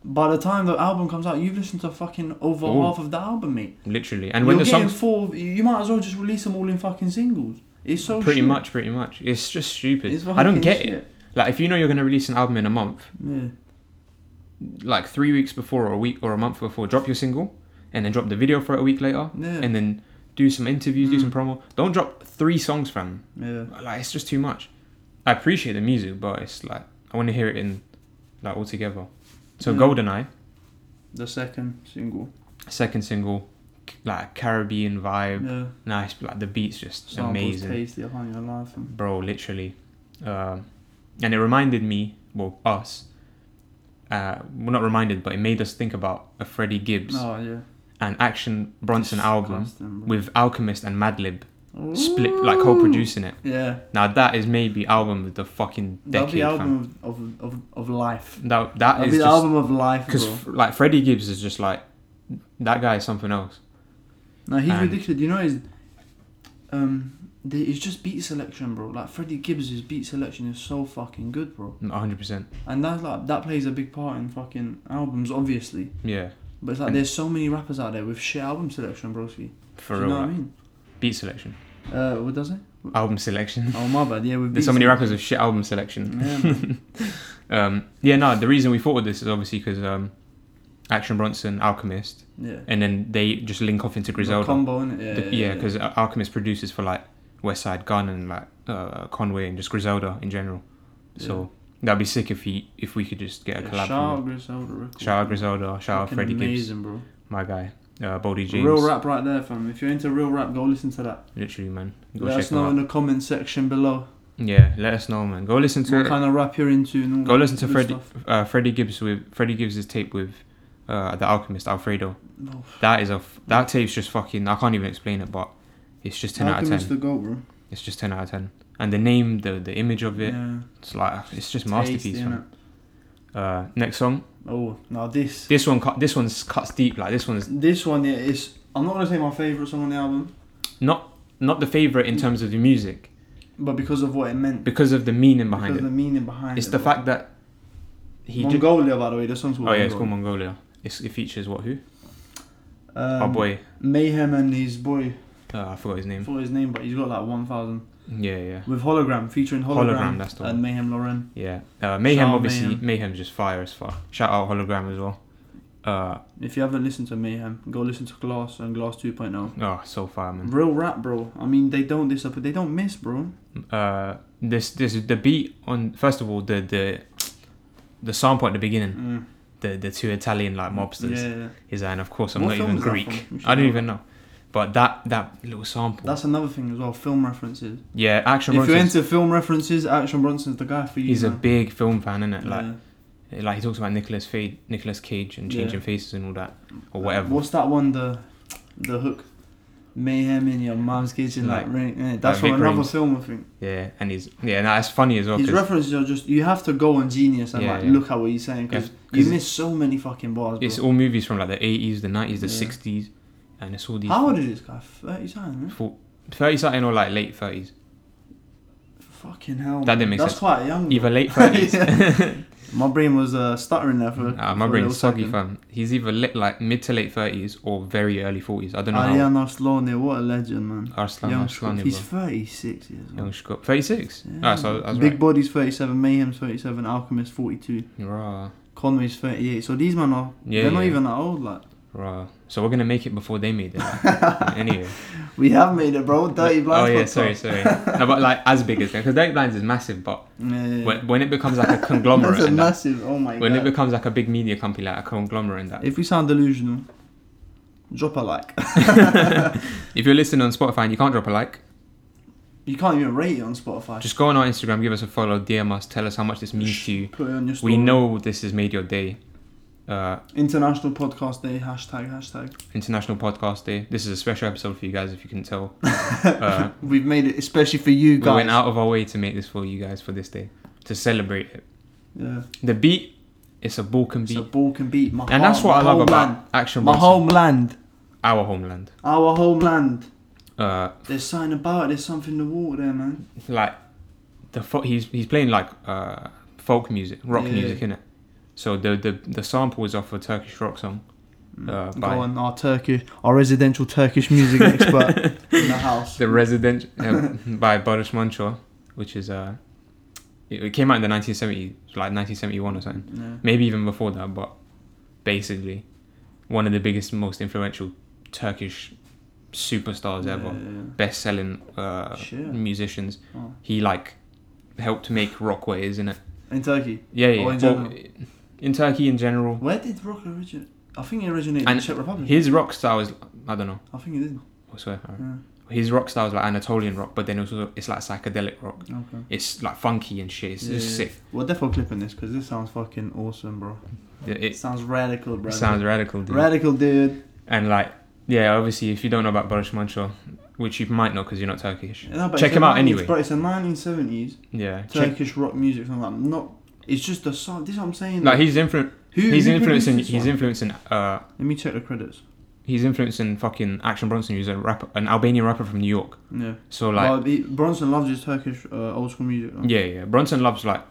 [SPEAKER 2] by the time the album comes out, you've listened to fucking over
[SPEAKER 1] Ooh.
[SPEAKER 2] half of the album, mate.
[SPEAKER 1] Literally. And when
[SPEAKER 2] You're
[SPEAKER 1] the
[SPEAKER 2] getting
[SPEAKER 1] songs.
[SPEAKER 2] four. You might as well just release them all in fucking singles. It's so
[SPEAKER 1] pretty
[SPEAKER 2] shit.
[SPEAKER 1] much, pretty much. It's just stupid.
[SPEAKER 2] It's
[SPEAKER 1] I don't
[SPEAKER 2] fucking
[SPEAKER 1] get
[SPEAKER 2] shit.
[SPEAKER 1] it. Like, if you know you're going to release an album in a month,
[SPEAKER 2] Yeah.
[SPEAKER 1] like three weeks before or a week or a month before, drop your single and then drop the video for it a week later
[SPEAKER 2] Yeah.
[SPEAKER 1] and then do some interviews, do
[SPEAKER 2] Mm.
[SPEAKER 1] some promo. Don't drop three songs, fam.
[SPEAKER 2] yeah.
[SPEAKER 1] like it's just too much. I appreciate the music, but it's like I want to hear it in like all together. So
[SPEAKER 2] Yeah.
[SPEAKER 1] Goldeneye,
[SPEAKER 2] The second single.
[SPEAKER 1] second single, c- like Caribbean vibe,
[SPEAKER 2] Yeah.
[SPEAKER 1] nice. Like the beats just
[SPEAKER 2] Samples
[SPEAKER 1] amazing,
[SPEAKER 2] tasty. I can't even lie to them.
[SPEAKER 1] bro. Literally, um, and it reminded me, well, us. Uh, we're not reminded, but it made us think about a Freddie Gibbs
[SPEAKER 2] Oh yeah.
[SPEAKER 1] and Action Bronson album
[SPEAKER 2] Disgusting, bro. Oh.
[SPEAKER 1] with Alchemist and Madlib split, like co-producing it.
[SPEAKER 2] Yeah.
[SPEAKER 1] Now that is maybe album of the fucking
[SPEAKER 2] That'll
[SPEAKER 1] decade.
[SPEAKER 2] be
[SPEAKER 1] fam.
[SPEAKER 2] album of, of, of, of life.
[SPEAKER 1] That that
[SPEAKER 2] That'll
[SPEAKER 1] is
[SPEAKER 2] be the
[SPEAKER 1] just-
[SPEAKER 2] album of life,
[SPEAKER 1] because
[SPEAKER 2] bro.
[SPEAKER 1] like Freddie Gibbs is just like that guy is something else.
[SPEAKER 2] No, he's
[SPEAKER 1] and-
[SPEAKER 2] ridiculous. You know, his um, the, it's just beat selection, bro. Like Freddie Gibbs' beat selection is so fucking good, bro.
[SPEAKER 1] One hundred percent.
[SPEAKER 2] And that's like that plays a big part in fucking albums, obviously.
[SPEAKER 1] Yeah,
[SPEAKER 2] But it's like
[SPEAKER 1] And-
[SPEAKER 2] there's so many rappers out there with shit album selection, broski.
[SPEAKER 1] for
[SPEAKER 2] Do you
[SPEAKER 1] real.
[SPEAKER 2] know what I
[SPEAKER 1] like,
[SPEAKER 2] mean?
[SPEAKER 1] Beat selection,
[SPEAKER 2] Uh, what does it?
[SPEAKER 1] album selection.
[SPEAKER 2] Oh my bad. Yeah, with
[SPEAKER 1] There's
[SPEAKER 2] beat Mm.
[SPEAKER 1] so many
[SPEAKER 2] selection.
[SPEAKER 1] rappers with shit album selection. Um, yeah, no. The reason we thought of this is obviously because um, Action Bronson, Alchemist,
[SPEAKER 2] Yeah, man. yeah.
[SPEAKER 1] and then they just link off into
[SPEAKER 2] The
[SPEAKER 1] Griselda.
[SPEAKER 2] combo, innit? Yeah,
[SPEAKER 1] The- Yeah, because Alchemist produces for like Westside Gun and like uh, Conway and just Griselda in general. So that'd be sick if he if we could just get a collab.
[SPEAKER 2] Shout
[SPEAKER 1] from
[SPEAKER 2] out Griselda record.
[SPEAKER 1] him. Shout out Griselda. Shout out
[SPEAKER 2] Fucking
[SPEAKER 1] Freddie Gibbs.
[SPEAKER 2] Amazing, bro.
[SPEAKER 1] my guy, uh, Boldy James.
[SPEAKER 2] Real rap right there, fam. If you're into real rap, go listen to that.
[SPEAKER 1] Literally, man. Go
[SPEAKER 2] Let
[SPEAKER 1] check
[SPEAKER 2] us
[SPEAKER 1] him
[SPEAKER 2] know
[SPEAKER 1] out.
[SPEAKER 2] in the comment section below
[SPEAKER 1] Yeah, let us know, man. Go listen to
[SPEAKER 2] what
[SPEAKER 1] it.
[SPEAKER 2] kind of rap you're into. And all
[SPEAKER 1] Go
[SPEAKER 2] that
[SPEAKER 1] listen to
[SPEAKER 2] good
[SPEAKER 1] Freddie,
[SPEAKER 2] stuff.
[SPEAKER 1] uh, Freddie Gibbs with Freddie Gibbs' tape with uh, the Alchemist Alfredo.
[SPEAKER 2] No.
[SPEAKER 1] That is a f- that tape's just fucking. I can't even explain it, but it's just ten out
[SPEAKER 2] Alchemist
[SPEAKER 1] of ten.
[SPEAKER 2] the goat, bro.
[SPEAKER 1] It's just ten out of ten. And the name, the the image of it,
[SPEAKER 2] Yeah.
[SPEAKER 1] it's like it's just
[SPEAKER 2] Tasty,
[SPEAKER 1] masterpiece. Man.
[SPEAKER 2] innit?
[SPEAKER 1] Uh, next song.
[SPEAKER 2] Oh, now this.
[SPEAKER 1] This one, cut. this one's cuts deep. Like this one's
[SPEAKER 2] This one, yeah, is. I'm not gonna say my favorite song on the album,
[SPEAKER 1] not not the favorite in terms of the music
[SPEAKER 2] but because of what it meant,
[SPEAKER 1] because of the meaning behind
[SPEAKER 2] because of the meaning behind
[SPEAKER 1] it. It's
[SPEAKER 2] it.
[SPEAKER 1] the
[SPEAKER 2] bro.
[SPEAKER 1] fact that he did-
[SPEAKER 2] Mongolia, by the way, the song's called.
[SPEAKER 1] Oh yeah, it's called
[SPEAKER 2] Mongolia.
[SPEAKER 1] Mongolia. It's, it features what? Who?
[SPEAKER 2] Um,
[SPEAKER 1] oh boy,
[SPEAKER 2] Mayhem and his boy.
[SPEAKER 1] uh, I forgot his
[SPEAKER 2] I
[SPEAKER 1] name.
[SPEAKER 2] forgot his name, but he's got like 1,000
[SPEAKER 1] Yeah, yeah,
[SPEAKER 2] with hologram featuring hologram,
[SPEAKER 1] Hologram, that's the one.
[SPEAKER 2] and Mayhem Lauren.
[SPEAKER 1] yeah. Uh, Mayhem,
[SPEAKER 2] Shout out
[SPEAKER 1] obviously,
[SPEAKER 2] Mayhem.
[SPEAKER 1] Mayhem's just fire as fuck. Shout out Hologram as well. Uh,
[SPEAKER 2] If you haven't listened to Mayhem, go listen to Glass and Glass 2.0.
[SPEAKER 1] oh, so fire, man.
[SPEAKER 2] Real rap, bro. I mean, they don't disappear. They don't miss, bro.
[SPEAKER 1] Uh, this this the beat on first of all the the the sample at the beginning,
[SPEAKER 2] Mm.
[SPEAKER 1] the the two Italian like mobsters
[SPEAKER 2] Yeah,
[SPEAKER 1] is that, and of course I'm
[SPEAKER 2] What
[SPEAKER 1] not
[SPEAKER 2] film
[SPEAKER 1] even
[SPEAKER 2] is that
[SPEAKER 1] Greek.
[SPEAKER 2] from? We should
[SPEAKER 1] I don't
[SPEAKER 2] know
[SPEAKER 1] even know, but that that little sample,
[SPEAKER 2] that's another thing as well. Film references.
[SPEAKER 1] yeah, Action
[SPEAKER 2] if you're
[SPEAKER 1] Bronson's,
[SPEAKER 2] into film references, Action Bronson's the guy for you.
[SPEAKER 1] he's a
[SPEAKER 2] man.
[SPEAKER 1] big film fan, isn't it? Like
[SPEAKER 2] Yeah.
[SPEAKER 1] like he talks about Nicholas Fade, Nicholas Cage, and
[SPEAKER 2] Yeah.
[SPEAKER 1] changing faces and all that, or
[SPEAKER 2] Uh,
[SPEAKER 1] whatever.
[SPEAKER 2] What's that one? The the hook, mayhem in your mom's kitchen, like,
[SPEAKER 1] Like-
[SPEAKER 2] ring. Yeah, that's
[SPEAKER 1] like Vic
[SPEAKER 2] from another
[SPEAKER 1] Rhames.
[SPEAKER 2] film, I think.
[SPEAKER 1] Yeah, and he's yeah, no, that's funny as well.
[SPEAKER 2] His
[SPEAKER 1] 'cause-
[SPEAKER 2] references are just you have to go on Genius and
[SPEAKER 1] Yeah,
[SPEAKER 2] like
[SPEAKER 1] yeah.
[SPEAKER 2] look at what he's saying because
[SPEAKER 1] Yeah, 'cause
[SPEAKER 2] you miss so many fucking bars. Bro.
[SPEAKER 1] It's all movies from like the eighties, the nineties, the
[SPEAKER 2] Yeah.
[SPEAKER 1] sixties, and it's all these.
[SPEAKER 2] How old is this guy? Thirty times. Man?
[SPEAKER 1] Four, thirty something or like late thirties,
[SPEAKER 2] Fucking hell.
[SPEAKER 1] That didn't
[SPEAKER 2] man.
[SPEAKER 1] make
[SPEAKER 2] That's
[SPEAKER 1] sense.
[SPEAKER 2] quite young. bro.
[SPEAKER 1] either late thirties.
[SPEAKER 2] My brain was uh, stuttering there for.
[SPEAKER 1] Ah,
[SPEAKER 2] for
[SPEAKER 1] my
[SPEAKER 2] a
[SPEAKER 1] brain's
[SPEAKER 2] little
[SPEAKER 1] soggy,
[SPEAKER 2] second.
[SPEAKER 1] fam. He's either late, like mid to late thirties or very early forties. I don't know. how.
[SPEAKER 2] Ariana Slone, what a legend, man.
[SPEAKER 1] Arslan
[SPEAKER 2] Ah, Young
[SPEAKER 1] Arslan,
[SPEAKER 2] Scott.
[SPEAKER 1] yeah,
[SPEAKER 2] He's
[SPEAKER 1] bro.
[SPEAKER 2] 36 years
[SPEAKER 1] young
[SPEAKER 2] old.
[SPEAKER 1] Scott, thirty six.
[SPEAKER 2] Yeah.
[SPEAKER 1] Ah, so I was
[SPEAKER 2] Big
[SPEAKER 1] right.
[SPEAKER 2] Body's 37, Mayhem's 37, Alchemist 42.
[SPEAKER 1] Rah.
[SPEAKER 2] Conway's 38. So these men are
[SPEAKER 1] Yeah,
[SPEAKER 2] they're not
[SPEAKER 1] yeah.
[SPEAKER 2] even that old. Like
[SPEAKER 1] Rah. So we're gonna make it before they made it. anyway.
[SPEAKER 2] we have made it, bro. Dirty
[SPEAKER 1] oh
[SPEAKER 2] blinds.
[SPEAKER 1] yeah,
[SPEAKER 2] podcast.
[SPEAKER 1] sorry, sorry. No, but like as big as them, because Dirty Blinds is massive. But
[SPEAKER 2] Yeah, yeah, yeah.
[SPEAKER 1] when, when it becomes like a conglomerate,
[SPEAKER 2] That's a
[SPEAKER 1] and that,
[SPEAKER 2] massive. Oh my
[SPEAKER 1] when it
[SPEAKER 2] god.
[SPEAKER 1] becomes like a big media company, like a conglomerate, and that.
[SPEAKER 2] if we sound delusional, drop a like.
[SPEAKER 1] If you're listening on Spotify and you can't drop a like,
[SPEAKER 2] You can't even rate it on Spotify.
[SPEAKER 1] just go on our Instagram, give us a follow, DM us, tell us how much this means to you.
[SPEAKER 2] put it on your. Story.
[SPEAKER 1] We know this has made your day. Uh,
[SPEAKER 2] International Podcast Day hashtag hashtag.
[SPEAKER 1] International Podcast Day. This is a special episode for you guys, if you can tell. Uh,
[SPEAKER 2] We've made it especially for you
[SPEAKER 1] we
[SPEAKER 2] guys.
[SPEAKER 1] went out of our way to make this for you guys for this day to celebrate it.
[SPEAKER 2] Yeah,
[SPEAKER 1] The beat, it's a Balkan
[SPEAKER 2] it's
[SPEAKER 1] beat,
[SPEAKER 2] a ball can beat my.
[SPEAKER 1] and that's what
[SPEAKER 2] heart,
[SPEAKER 1] I
[SPEAKER 2] my
[SPEAKER 1] love about
[SPEAKER 2] homeland.
[SPEAKER 1] Action
[SPEAKER 2] my
[SPEAKER 1] Bronson,
[SPEAKER 2] homeland,
[SPEAKER 1] our homeland.
[SPEAKER 2] our homeland.
[SPEAKER 1] Uh,
[SPEAKER 2] There's something about it. There's something in the water there, man.
[SPEAKER 1] like the fo- he's he's playing like uh, folk music, rock
[SPEAKER 2] Yeah.
[SPEAKER 1] music, innit? So the the the sample is off a Turkish rock song. Uh,
[SPEAKER 2] Go
[SPEAKER 1] by
[SPEAKER 2] on, our Turkish, our residential Turkish music expert in the house.
[SPEAKER 1] The Resident uh, by Barış Manço, which is uh, it, it came out in the 1970s, like 1971 or something,
[SPEAKER 2] Yeah.
[SPEAKER 1] maybe even before that. But basically, one of the biggest, most influential Turkish superstars
[SPEAKER 2] Yeah,
[SPEAKER 1] ever,
[SPEAKER 2] yeah,
[SPEAKER 1] best-selling uh,
[SPEAKER 2] Shit.
[SPEAKER 1] musicians.
[SPEAKER 2] yeah. Oh.
[SPEAKER 1] He like helped make rock waves, innit?
[SPEAKER 2] In Turkey,
[SPEAKER 1] Yeah,
[SPEAKER 2] Or Oh,
[SPEAKER 1] yeah.
[SPEAKER 2] in
[SPEAKER 1] well,
[SPEAKER 2] general.
[SPEAKER 1] in Turkey in general,
[SPEAKER 2] where did rock originate? I think it originated in
[SPEAKER 1] And
[SPEAKER 2] Czech Republic.
[SPEAKER 1] his rock style is I don't know.
[SPEAKER 2] I think it did.
[SPEAKER 1] I swear. I don't know.
[SPEAKER 2] Yeah.
[SPEAKER 1] His rock style is like Anatolian rock, but then also it's like psychedelic rock.
[SPEAKER 2] Okay.
[SPEAKER 1] It's like funky and shit. It's
[SPEAKER 2] Yeah,
[SPEAKER 1] just
[SPEAKER 2] yeah.
[SPEAKER 1] sick.
[SPEAKER 2] We're definitely clipping this because this sounds fucking awesome, bro.
[SPEAKER 1] It,
[SPEAKER 2] It
[SPEAKER 1] it
[SPEAKER 2] sounds radical, bro.
[SPEAKER 1] sounds radical, dude.
[SPEAKER 2] radical, dude.
[SPEAKER 1] and like, yeah, obviously, if you don't know about Barış Manço, which you might not because you're not Turkish,
[SPEAKER 2] No, but
[SPEAKER 1] Check
[SPEAKER 2] it's a
[SPEAKER 1] him out
[SPEAKER 2] 90s
[SPEAKER 1] anyway.
[SPEAKER 2] But it's a 1970s
[SPEAKER 1] yeah, check.
[SPEAKER 2] Turkish rock music. So I'm like, not. It's just a song. This is what I'm saying.
[SPEAKER 1] Like he's influ-
[SPEAKER 2] who,
[SPEAKER 1] he's
[SPEAKER 2] who produced
[SPEAKER 1] influencing
[SPEAKER 2] this
[SPEAKER 1] he's
[SPEAKER 2] one?
[SPEAKER 1] influencing uh
[SPEAKER 2] Let me check the credits.
[SPEAKER 1] he's influencing fucking Action Bronson, who's a rapper, an Albanian rapper from New York.
[SPEAKER 2] Yeah.
[SPEAKER 1] So like,
[SPEAKER 2] well, he, Bronson loves his Turkish uh, old school music. though.
[SPEAKER 1] yeah, yeah, Bronson loves like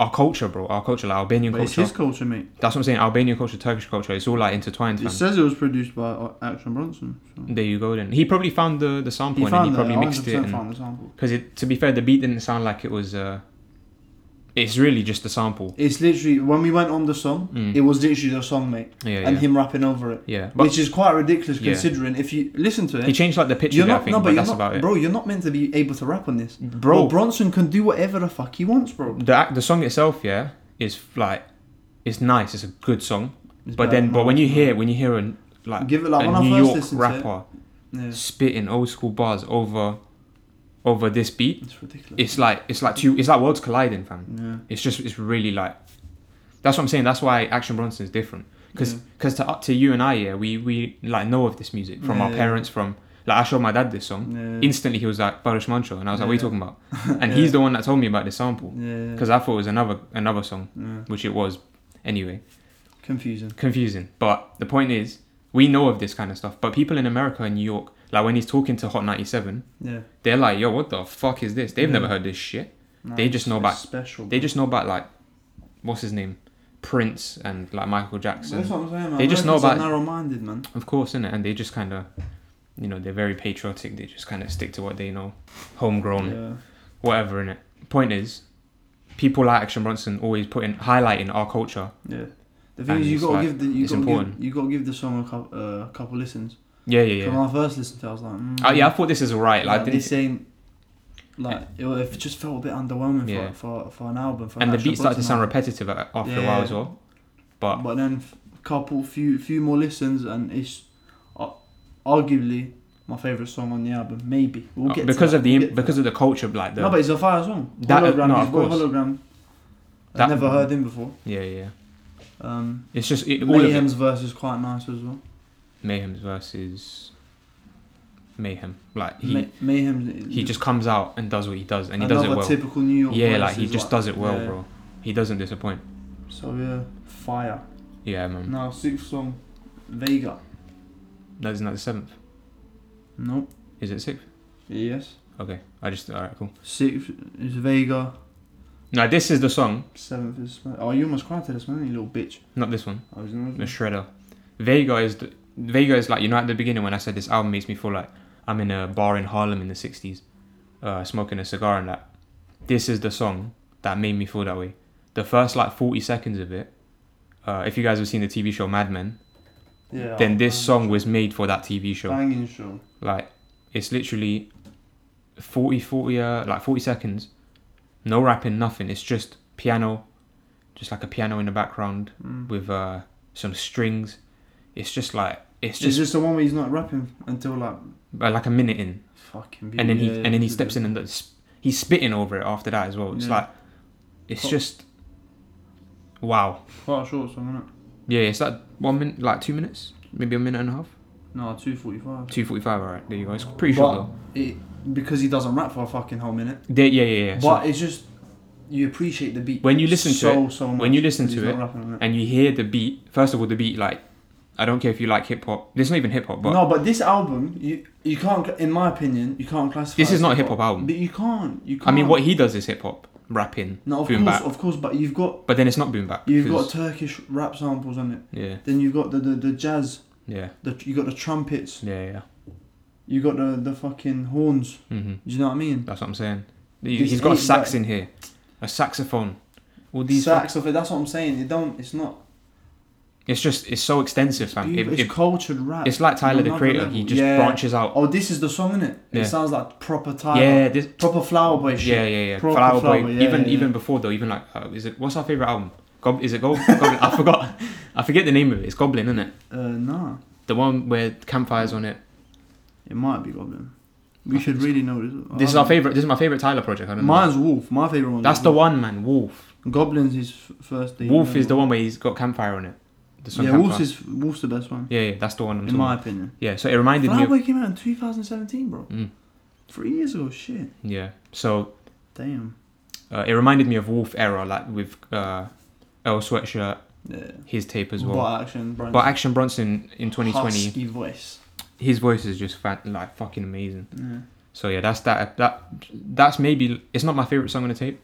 [SPEAKER 1] our culture, bro. Our culture, like Albanian
[SPEAKER 2] But it's
[SPEAKER 1] culture.
[SPEAKER 2] his culture, mate.
[SPEAKER 1] That's what I'm saying. Albanian culture, Turkish culture, it's all like intertwined.
[SPEAKER 2] It
[SPEAKER 1] Fam.
[SPEAKER 2] says it was produced by uh, Action Bronson. So.
[SPEAKER 1] There you go. Then he probably found the the sample and he
[SPEAKER 2] it,
[SPEAKER 1] probably mixed it.
[SPEAKER 2] 100% found the sample.
[SPEAKER 1] Because it, to be fair, the beat didn't sound like it was. Uh, it's really just a sample.
[SPEAKER 2] It's literally when we went on the song,
[SPEAKER 1] Mm.
[SPEAKER 2] it was literally the song, mate,
[SPEAKER 1] Yeah, yeah,
[SPEAKER 2] and him rapping over it,
[SPEAKER 1] yeah. But
[SPEAKER 2] which is quite ridiculous
[SPEAKER 1] Yeah.
[SPEAKER 2] considering if you listen to
[SPEAKER 1] he
[SPEAKER 2] it.
[SPEAKER 1] changed like the pitch.
[SPEAKER 2] You're
[SPEAKER 1] of it, I
[SPEAKER 2] not,
[SPEAKER 1] think,
[SPEAKER 2] no,
[SPEAKER 1] but,
[SPEAKER 2] but, you're
[SPEAKER 1] that's
[SPEAKER 2] not,
[SPEAKER 1] about it.
[SPEAKER 2] bro. You're not meant to be able to rap on this,
[SPEAKER 1] Bro.
[SPEAKER 2] But Bronson can do whatever the fuck he wants, bro.
[SPEAKER 1] The act, the song itself, yeah, is like, it's nice. It's a good song.
[SPEAKER 2] It's
[SPEAKER 1] but
[SPEAKER 2] bad,
[SPEAKER 1] then, but
[SPEAKER 2] no,
[SPEAKER 1] when you
[SPEAKER 2] it's
[SPEAKER 1] hear when you hear a like,
[SPEAKER 2] Give it, like,
[SPEAKER 1] a
[SPEAKER 2] when I
[SPEAKER 1] New
[SPEAKER 2] first
[SPEAKER 1] York
[SPEAKER 2] listened to it-
[SPEAKER 1] rapper
[SPEAKER 2] not. yeah,
[SPEAKER 1] spitting old school bars over, over this beat,
[SPEAKER 2] it's ridiculous.
[SPEAKER 1] it's like it's like two, it's like worlds colliding, fam.
[SPEAKER 2] yeah,
[SPEAKER 1] It's just it's really like that's what I'm saying. That's why Action Bronson is different because
[SPEAKER 2] Yeah.
[SPEAKER 1] to up to you and I, yeah, we we like know of this music from
[SPEAKER 2] Yeah,
[SPEAKER 1] our
[SPEAKER 2] yeah.
[SPEAKER 1] parents. From like I showed my dad this song.
[SPEAKER 2] yeah,
[SPEAKER 1] Instantly he was like Barış Manço, and I was like, "What are you
[SPEAKER 2] Mm. Yeah.
[SPEAKER 1] talking about?" And
[SPEAKER 2] Yeah.
[SPEAKER 1] he's the one that told me about this sample
[SPEAKER 2] yeah,
[SPEAKER 1] because I thought it was another another song,
[SPEAKER 2] yeah.
[SPEAKER 1] which it was. Anyway,
[SPEAKER 2] confusing.
[SPEAKER 1] confusing. But the point is, we know of this kind of stuff. But people in America and New York, like when he's talking to Hot 97,
[SPEAKER 2] Yeah,
[SPEAKER 1] they're like, "Yo, what the fuck is this?" They've
[SPEAKER 2] Yeah.
[SPEAKER 1] never heard this shit.
[SPEAKER 2] Nah,
[SPEAKER 1] They just know
[SPEAKER 2] it's
[SPEAKER 1] about-
[SPEAKER 2] special.
[SPEAKER 1] They just know about like what's his name, Prince and like Michael
[SPEAKER 2] That's
[SPEAKER 1] Jackson,
[SPEAKER 2] what I'm saying, man.
[SPEAKER 1] They just know
[SPEAKER 2] Americans are
[SPEAKER 1] about-
[SPEAKER 2] narrow-minded, man.
[SPEAKER 1] of course, innit? And they just kind of, you know, they're very patriotic. They just kind of stick to what they know, homegrown,
[SPEAKER 2] Yeah.
[SPEAKER 1] whatever. innit? Point is, people like Action Bronson always putting highlighting our culture.
[SPEAKER 2] Yeah. The
[SPEAKER 1] And
[SPEAKER 2] thing is, you
[SPEAKER 1] it's
[SPEAKER 2] gotta
[SPEAKER 1] like-
[SPEAKER 2] give the you
[SPEAKER 1] it's
[SPEAKER 2] gotta
[SPEAKER 1] important.
[SPEAKER 2] give, you gotta give the song a couple, uh, a couple listens.
[SPEAKER 1] Yeah, yeah,
[SPEAKER 2] 'Cause
[SPEAKER 1] yeah.
[SPEAKER 2] When I first listened to, it, I was like, mm,
[SPEAKER 1] Oh, yeah, I thought this is alright. Like, I
[SPEAKER 2] like
[SPEAKER 1] didn't-
[SPEAKER 2] this ain't like it, wa- it just felt a bit underwhelming
[SPEAKER 1] Yeah.
[SPEAKER 2] for, for for an album. For an
[SPEAKER 1] and the
[SPEAKER 2] actual
[SPEAKER 1] beat started
[SPEAKER 2] Bronson
[SPEAKER 1] to sound
[SPEAKER 2] album.
[SPEAKER 1] repetitive a- after a
[SPEAKER 2] Yeah.
[SPEAKER 1] while as well. But
[SPEAKER 2] But then f- couple few few more listens, and it's uh, arguably my favorite song on the album. Maybe we'll
[SPEAKER 1] uh,
[SPEAKER 2] get to
[SPEAKER 1] because
[SPEAKER 2] that,
[SPEAKER 1] of the
[SPEAKER 2] we'll get
[SPEAKER 1] im-
[SPEAKER 2] to
[SPEAKER 1] because
[SPEAKER 2] that.
[SPEAKER 1] of the culture, like the
[SPEAKER 2] no, but it's a fire song.
[SPEAKER 1] That- uh,
[SPEAKER 2] hologram,
[SPEAKER 1] no,
[SPEAKER 2] his
[SPEAKER 1] of
[SPEAKER 2] boy
[SPEAKER 1] course.
[SPEAKER 2] hologram.
[SPEAKER 1] That-
[SPEAKER 2] I've never heard him before.
[SPEAKER 1] yeah, yeah.
[SPEAKER 2] Um,
[SPEAKER 1] It's just it, all of it.
[SPEAKER 2] Mayhem's verse is quite nice as well.
[SPEAKER 1] Mayhem's versus Mayhem. Like he
[SPEAKER 2] May- Mayhem.
[SPEAKER 1] he just comes out and does what he does, and he does
[SPEAKER 2] another
[SPEAKER 1] it well.
[SPEAKER 2] typical New York.
[SPEAKER 1] Yeah,
[SPEAKER 2] verse
[SPEAKER 1] like he
[SPEAKER 2] is
[SPEAKER 1] just
[SPEAKER 2] like-
[SPEAKER 1] does it well,
[SPEAKER 2] yeah.
[SPEAKER 1] bro. He doesn't disappoint.
[SPEAKER 2] So yeah, fire.
[SPEAKER 1] Yeah, man.
[SPEAKER 2] Now sixth song, Vega.
[SPEAKER 1] No, isn't that the seventh?
[SPEAKER 2] Nope.
[SPEAKER 1] Is it sixth?
[SPEAKER 2] Yes.
[SPEAKER 1] Okay, I just alright, cool.
[SPEAKER 2] Sixth is Vega.
[SPEAKER 1] Now this is the song,
[SPEAKER 2] Seventh is. Oh, you almost cried to this man, you little bitch.
[SPEAKER 1] not this one.
[SPEAKER 2] I was in
[SPEAKER 1] The Shredder. Vega is the Vega is like you know at the beginning when I said this album makes me feel like I'm in a bar in Harlem in the '60s, uh, smoking a cigar and that. This is the song that made me feel that way. The first like 40 seconds of it uh, if you guys have seen the TV show Mad Men,
[SPEAKER 2] Yeah.
[SPEAKER 1] then this
[SPEAKER 2] oh,
[SPEAKER 1] song was made for that TV show.
[SPEAKER 2] Banging show.
[SPEAKER 1] Like, it's literally 40, 40, uh, like 40 seconds. No rapping, nothing. It's just piano, just like a piano in the background
[SPEAKER 2] Mm.
[SPEAKER 1] with uh, some strings. It's just like, it's
[SPEAKER 2] It's
[SPEAKER 1] just
[SPEAKER 2] just the one where he's not rapping until like
[SPEAKER 1] uh, like a minute in.
[SPEAKER 2] fucking.
[SPEAKER 1] And then he,
[SPEAKER 2] beautiful.
[SPEAKER 1] and then he steps in and does- he's spitting over it after that as well. It's
[SPEAKER 2] Yeah. Oh.
[SPEAKER 1] like, it's
[SPEAKER 2] Cool.
[SPEAKER 1] just, wow.
[SPEAKER 2] Quite a short song, isn't it?
[SPEAKER 1] Yeah, it's like one minute, like two minutes, maybe a minute and a half.
[SPEAKER 2] No, two forty-five.
[SPEAKER 1] Two forty-five. All right, there you go. It's pretty short
[SPEAKER 2] But-
[SPEAKER 1] though.
[SPEAKER 2] It, because he doesn't rap for a fucking whole minute.
[SPEAKER 1] There, yeah, yeah, yeah. So
[SPEAKER 2] But it's just you appreciate the beat
[SPEAKER 1] When you listen to
[SPEAKER 2] so, so much.
[SPEAKER 1] when you listen
[SPEAKER 2] because
[SPEAKER 1] to
[SPEAKER 2] he's
[SPEAKER 1] it,
[SPEAKER 2] not rapping on it.
[SPEAKER 1] and you hear the beat. First of all, the beat. Like, I don't care if you like hip hop. It's not even hip hop, but
[SPEAKER 2] no, but this album, you you can't, cl- in my opinion, you can't classify.
[SPEAKER 1] This is
[SPEAKER 2] as
[SPEAKER 1] not a hip-hop album.
[SPEAKER 2] But you can't, you can't.
[SPEAKER 1] I mean, what he does is hip hop rapping,
[SPEAKER 2] No, of
[SPEAKER 1] boom
[SPEAKER 2] course,
[SPEAKER 1] bap.
[SPEAKER 2] of course, but you've got
[SPEAKER 1] But then it's not boom bap.
[SPEAKER 2] you've got
[SPEAKER 1] 'cause-
[SPEAKER 2] Turkish rap samples on it.
[SPEAKER 1] yeah,
[SPEAKER 2] Then you've got the the, the jazz.
[SPEAKER 1] yeah,
[SPEAKER 2] The you got the trumpets.
[SPEAKER 1] yeah, yeah.
[SPEAKER 2] You got the the fucking horns.
[SPEAKER 1] hmm
[SPEAKER 2] Do you know what I mean?
[SPEAKER 1] That's what I'm saying. He-
[SPEAKER 2] This
[SPEAKER 1] He's got a
[SPEAKER 2] ain't
[SPEAKER 1] sax
[SPEAKER 2] like-
[SPEAKER 1] in here, a saxophone. All these.
[SPEAKER 2] Sax of it. That's what I'm saying. It don't. It's not.
[SPEAKER 1] it's just it's so extensive, fam. It,
[SPEAKER 2] beautiful.
[SPEAKER 1] it,
[SPEAKER 2] it's cultured rap.
[SPEAKER 1] it's like Tyler the
[SPEAKER 2] another
[SPEAKER 1] Creator.
[SPEAKER 2] level.
[SPEAKER 1] He just
[SPEAKER 2] Yeah.
[SPEAKER 1] branches out.
[SPEAKER 2] Oh, this is the song in it.
[SPEAKER 1] Yeah.
[SPEAKER 2] It sounds like proper Tyler.
[SPEAKER 1] Yeah, this,
[SPEAKER 2] Proper flower boy shit.
[SPEAKER 1] Yeah, yeah, yeah.
[SPEAKER 2] Proper
[SPEAKER 1] Flower, Boy.
[SPEAKER 2] Flower, yeah,
[SPEAKER 1] even
[SPEAKER 2] yeah, yeah.
[SPEAKER 1] even before though, even like uh, is it what's our favorite album? Gob- is it Gob- Goblin? I forgot. I forget the name of it. It's Goblin, isn't it?
[SPEAKER 2] Uh, nah,
[SPEAKER 1] The one where campfires on it.
[SPEAKER 2] it might be Goblin. We
[SPEAKER 1] I
[SPEAKER 2] should
[SPEAKER 1] think
[SPEAKER 2] really know this.
[SPEAKER 1] This is our favorite. This is my favorite Tyler project. I don't
[SPEAKER 2] Oh. Mine's Wolf. My favorite one.
[SPEAKER 1] know. That's the one, man. Wolf.
[SPEAKER 2] Goblin's his f- first. thing,
[SPEAKER 1] Wolf
[SPEAKER 2] yeah.
[SPEAKER 1] is the one where he's got campfire on it. The
[SPEAKER 2] uh,
[SPEAKER 1] song
[SPEAKER 2] Yeah,
[SPEAKER 1] Campfire.
[SPEAKER 2] Wolf's is Wolf's the best one
[SPEAKER 1] Yeah, yeah, that's the one. I'm
[SPEAKER 2] in
[SPEAKER 1] talking.
[SPEAKER 2] my
[SPEAKER 1] about.
[SPEAKER 2] opinion.
[SPEAKER 1] Yeah, so it reminded
[SPEAKER 2] Flower
[SPEAKER 1] me. Of,
[SPEAKER 2] Boy came out in 2017, bro.
[SPEAKER 1] Mm,
[SPEAKER 2] Three years ago, shit.
[SPEAKER 1] yeah, so
[SPEAKER 2] Damn.
[SPEAKER 1] uh, it reminded me of Wolf era, like with uh, L Sweatshirt,
[SPEAKER 2] Yeah.
[SPEAKER 1] his tape as well.
[SPEAKER 2] Butt action, bro.
[SPEAKER 1] but Action Bronson in 2020,
[SPEAKER 2] Husky voice.
[SPEAKER 1] his voice is just fat, like fucking amazing.
[SPEAKER 2] Yeah.
[SPEAKER 1] So yeah, that's that. That that's maybe it's not my favorite song on the tape.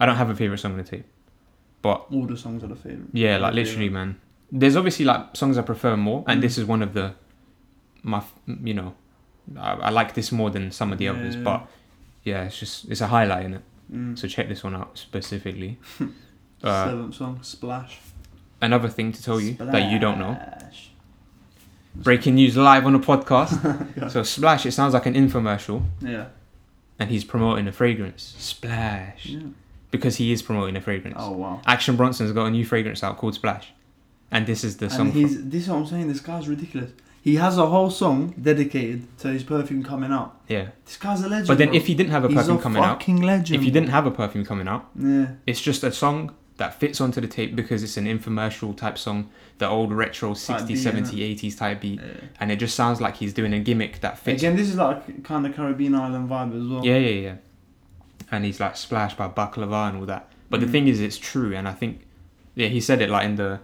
[SPEAKER 1] I don't have a favorite song on the tape, but
[SPEAKER 2] All the songs are the favorite.
[SPEAKER 1] yeah, like
[SPEAKER 2] Favorite.
[SPEAKER 1] literally, man. There's obviously like songs I prefer more, and
[SPEAKER 2] Mm.
[SPEAKER 1] this is one of the my f- you know I, I like this more than some of the others,
[SPEAKER 2] Yeah.
[SPEAKER 1] but yeah, it's just it's a highlight in it.
[SPEAKER 2] Mm.
[SPEAKER 1] So check this one out specifically. uh,
[SPEAKER 2] Seventh song, Splash.
[SPEAKER 1] another thing to tell you that you don't know:
[SPEAKER 2] Splash.
[SPEAKER 1] breaking news live on a podcast. So splash, it sounds like an infomercial,
[SPEAKER 2] Yeah.
[SPEAKER 1] and he's promoting a fragrance. Splash.
[SPEAKER 2] yeah.
[SPEAKER 1] because he is promoting a fragrance.
[SPEAKER 2] Hmm? Oh wow.
[SPEAKER 1] Action Bronson's got a new fragrance out called Splash, and this is the song.
[SPEAKER 2] and he's this is what I'm saying. This guy's ridiculous. He has a whole song dedicated to his perfume coming out.
[SPEAKER 1] from- yeah,
[SPEAKER 2] This guy's a legend.
[SPEAKER 1] but then
[SPEAKER 2] bro.
[SPEAKER 1] if he didn't have a
[SPEAKER 2] he's
[SPEAKER 1] perfume
[SPEAKER 2] a
[SPEAKER 1] coming out,
[SPEAKER 2] fucking legend.
[SPEAKER 1] if you didn't have a perfume coming out,
[SPEAKER 2] yeah,
[SPEAKER 1] it's just a song that fits onto the tape because it's an infomercial type song, the old retro 60s,
[SPEAKER 2] beat,
[SPEAKER 1] 70s, 80s type beat,
[SPEAKER 2] yeah.
[SPEAKER 1] and it just sounds like he's doing a gimmick that fits.
[SPEAKER 2] Again, this is like kind of Caribbean island vibe as well.
[SPEAKER 1] Yeah, yeah, yeah. And he's like splashed by baklava and all that. But the
[SPEAKER 2] Mhm.
[SPEAKER 1] thing is, it's true, and I think, yeah, he said it like in the,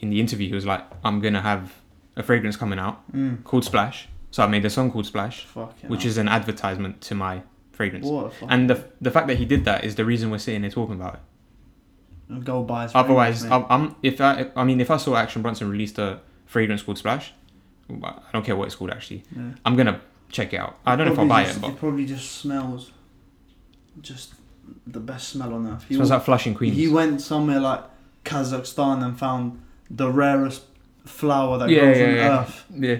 [SPEAKER 1] in the interview. He was like, "I'm gonna have a fragrance coming out."
[SPEAKER 2] Mm.
[SPEAKER 1] called Splash. So I made a song called Splash,
[SPEAKER 2] Fucking.
[SPEAKER 1] which
[SPEAKER 2] hell.
[SPEAKER 1] is an advertisement to my fragrance.
[SPEAKER 2] what a fuck.
[SPEAKER 1] And the the fact that he did that is the reason we're sitting here talking about it.
[SPEAKER 2] go buy. his
[SPEAKER 1] Otherwise, uh,
[SPEAKER 2] fragrance,
[SPEAKER 1] I'm, I'm if I I mean if I saw Action Bronson released a fragrance called Splash, I don't care what it's called actually.
[SPEAKER 2] mate. Yeah.
[SPEAKER 1] I'm gonna check it out. I don't know if I'll
[SPEAKER 2] Probably
[SPEAKER 1] buy
[SPEAKER 2] just-
[SPEAKER 1] it, but
[SPEAKER 2] it probably just smells, just the best smell on earth.
[SPEAKER 1] it smells
[SPEAKER 2] wa-
[SPEAKER 1] like Flushing Queens.
[SPEAKER 2] he went somewhere like Kazakhstan and found the rarest flower that
[SPEAKER 1] Yeah,
[SPEAKER 2] grows
[SPEAKER 1] yeah,
[SPEAKER 2] on
[SPEAKER 1] yeah.
[SPEAKER 2] earth,
[SPEAKER 1] yeah,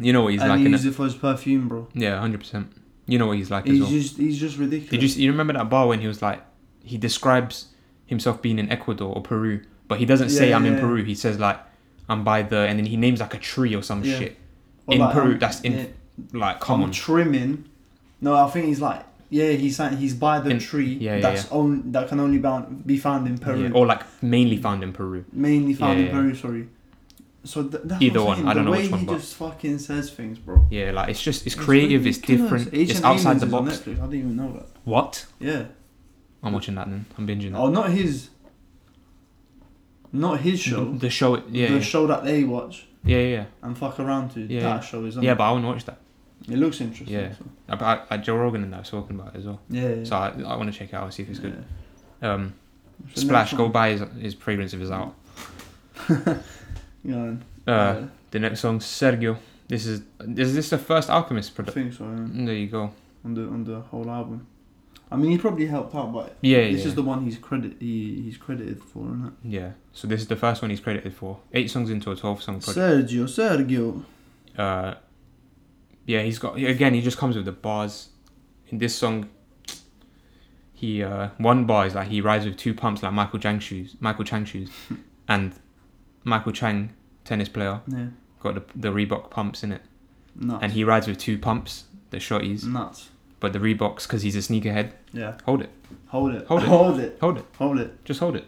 [SPEAKER 1] you know what he's
[SPEAKER 2] and
[SPEAKER 1] like.
[SPEAKER 2] he
[SPEAKER 1] innit?
[SPEAKER 2] used it for his perfume, bro.
[SPEAKER 1] Yeah, hundred percent. You know what he's like as
[SPEAKER 2] he's
[SPEAKER 1] well.
[SPEAKER 2] just he's just ridiculous.
[SPEAKER 1] Did you see- you remember that bar when he was like he describes himself being in Ecuador or Peru, but he doesn't say
[SPEAKER 2] Yeah,
[SPEAKER 1] I'm in
[SPEAKER 2] yeah.
[SPEAKER 1] Peru. He says like I'm by the and then he names like a tree or some
[SPEAKER 2] Yeah.
[SPEAKER 1] shit.
[SPEAKER 2] Or
[SPEAKER 1] in
[SPEAKER 2] like,
[SPEAKER 1] Peru,
[SPEAKER 2] I'm-
[SPEAKER 1] that's in
[SPEAKER 2] yeah,
[SPEAKER 1] like come
[SPEAKER 2] I'm
[SPEAKER 1] on.
[SPEAKER 2] trimming. No, I think he's like yeah, he's saying he's by the
[SPEAKER 1] In-
[SPEAKER 2] tree
[SPEAKER 1] yeah, yeah,
[SPEAKER 2] that's on that can only bound, be found in Peru,
[SPEAKER 1] Yeah, Or like mainly found in Peru.
[SPEAKER 2] mainly found
[SPEAKER 1] Yeah,
[SPEAKER 2] in
[SPEAKER 1] yeah.
[SPEAKER 2] Peru. Sorry. So th- that's
[SPEAKER 1] Either
[SPEAKER 2] what
[SPEAKER 1] one,
[SPEAKER 2] I'm saying.
[SPEAKER 1] I don't
[SPEAKER 2] the
[SPEAKER 1] know
[SPEAKER 2] way
[SPEAKER 1] which one,
[SPEAKER 2] he
[SPEAKER 1] but-
[SPEAKER 2] just fucking says things, bro.
[SPEAKER 1] Yeah, like it's just it's creative, it's,
[SPEAKER 2] ridiculous.
[SPEAKER 1] different,
[SPEAKER 2] Ancient
[SPEAKER 1] it's outside
[SPEAKER 2] Aliens
[SPEAKER 1] the
[SPEAKER 2] is on
[SPEAKER 1] box.
[SPEAKER 2] Netflix, I didn't even know that.
[SPEAKER 1] What?
[SPEAKER 2] Yeah.
[SPEAKER 1] I'm watching that then. I'm binging. that.
[SPEAKER 2] Oh, not his. Not his show.
[SPEAKER 1] The show. Mm-hmm. Yeah,
[SPEAKER 2] the
[SPEAKER 1] yeah,
[SPEAKER 2] show that they watch
[SPEAKER 1] yeah, yeah,
[SPEAKER 2] and fuck around to.
[SPEAKER 1] Yeah,
[SPEAKER 2] that
[SPEAKER 1] yeah.
[SPEAKER 2] show is
[SPEAKER 1] yeah.
[SPEAKER 2] on.
[SPEAKER 1] Yeah, but I want to watch that.
[SPEAKER 2] it looks interesting.
[SPEAKER 1] Yeah.
[SPEAKER 2] so-
[SPEAKER 1] About like Joe Rogan and that was talking about it as well.
[SPEAKER 2] Yeah. yeah.
[SPEAKER 1] So I, I want to check it out and see if it's good.
[SPEAKER 2] Yeah.
[SPEAKER 1] Um,
[SPEAKER 2] So next
[SPEAKER 1] Splash, go
[SPEAKER 2] one.
[SPEAKER 1] buy his, his fragrance if it's out.
[SPEAKER 2] Yeah, man.
[SPEAKER 1] Uh, the next song, Sergio. This is is this the first Alchemist
[SPEAKER 2] I
[SPEAKER 1] production?
[SPEAKER 2] think so. Yeah.
[SPEAKER 1] There you go.
[SPEAKER 2] On the on the whole album. I mean, he probably helped out, but
[SPEAKER 1] Yeah,
[SPEAKER 2] this
[SPEAKER 1] yeah.
[SPEAKER 2] is the one he's credit he, he's credited for, isn't
[SPEAKER 1] yeah. So this is the first one he's credited for. Eight songs into a twelve song
[SPEAKER 2] it?
[SPEAKER 1] project.
[SPEAKER 2] Sergio, Sergio.
[SPEAKER 1] Uh, yeah, he's got again. He just comes with the bars. In this song, he uh, one bar is like he rides with two pumps like Michael Chang shoes, Michael Chang shoes, and Michael Chang tennis player
[SPEAKER 2] Yeah,
[SPEAKER 1] got the, the Reebok pumps in it,
[SPEAKER 2] nuts.
[SPEAKER 1] and he rides with two pumps, the shorties,
[SPEAKER 2] nuts.
[SPEAKER 1] but the Reeboks because he's a sneakerhead.
[SPEAKER 2] Yeah,
[SPEAKER 1] Hold it,
[SPEAKER 2] hold it,
[SPEAKER 1] Hold it.
[SPEAKER 2] hold it,
[SPEAKER 1] hold it,
[SPEAKER 2] hold it.
[SPEAKER 1] just hold it.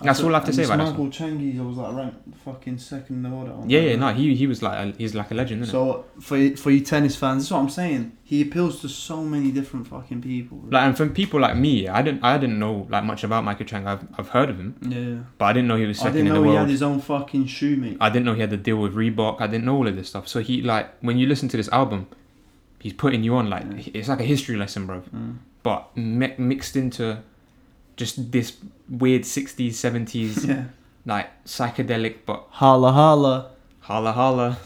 [SPEAKER 1] That's
[SPEAKER 2] thought-
[SPEAKER 1] all I have to
[SPEAKER 2] and
[SPEAKER 1] say
[SPEAKER 2] this
[SPEAKER 1] about this
[SPEAKER 2] Michael Changiz, I was like ranked fucking second in the world. at one
[SPEAKER 1] Yeah,
[SPEAKER 2] point,
[SPEAKER 1] yeah,
[SPEAKER 2] innit?
[SPEAKER 1] no, he he was like a, he's like a legend, isn't
[SPEAKER 2] So for for you tennis fans, that's what I'm saying. He appeals to so many different fucking people.
[SPEAKER 1] Like, and from people like me, I didn't I didn't know like much about Michael Chang. I've I've heard of him,
[SPEAKER 2] yeah,
[SPEAKER 1] but I didn't know he was
[SPEAKER 2] I
[SPEAKER 1] second
[SPEAKER 2] didn't
[SPEAKER 1] in the
[SPEAKER 2] know he
[SPEAKER 1] world.
[SPEAKER 2] had his own fucking shoe, mate.
[SPEAKER 1] I didn't know he had to deal with Reebok. I didn't know all of this stuff. So he like when you listen to this album, he's putting you on like
[SPEAKER 2] Yeah.
[SPEAKER 1] it's like a history lesson, bro.
[SPEAKER 2] Mm.
[SPEAKER 1] But mi- mixed into just this weird '60s, '70s
[SPEAKER 2] Yeah,
[SPEAKER 1] like psychedelic, but
[SPEAKER 2] holla holla.
[SPEAKER 1] holla holla,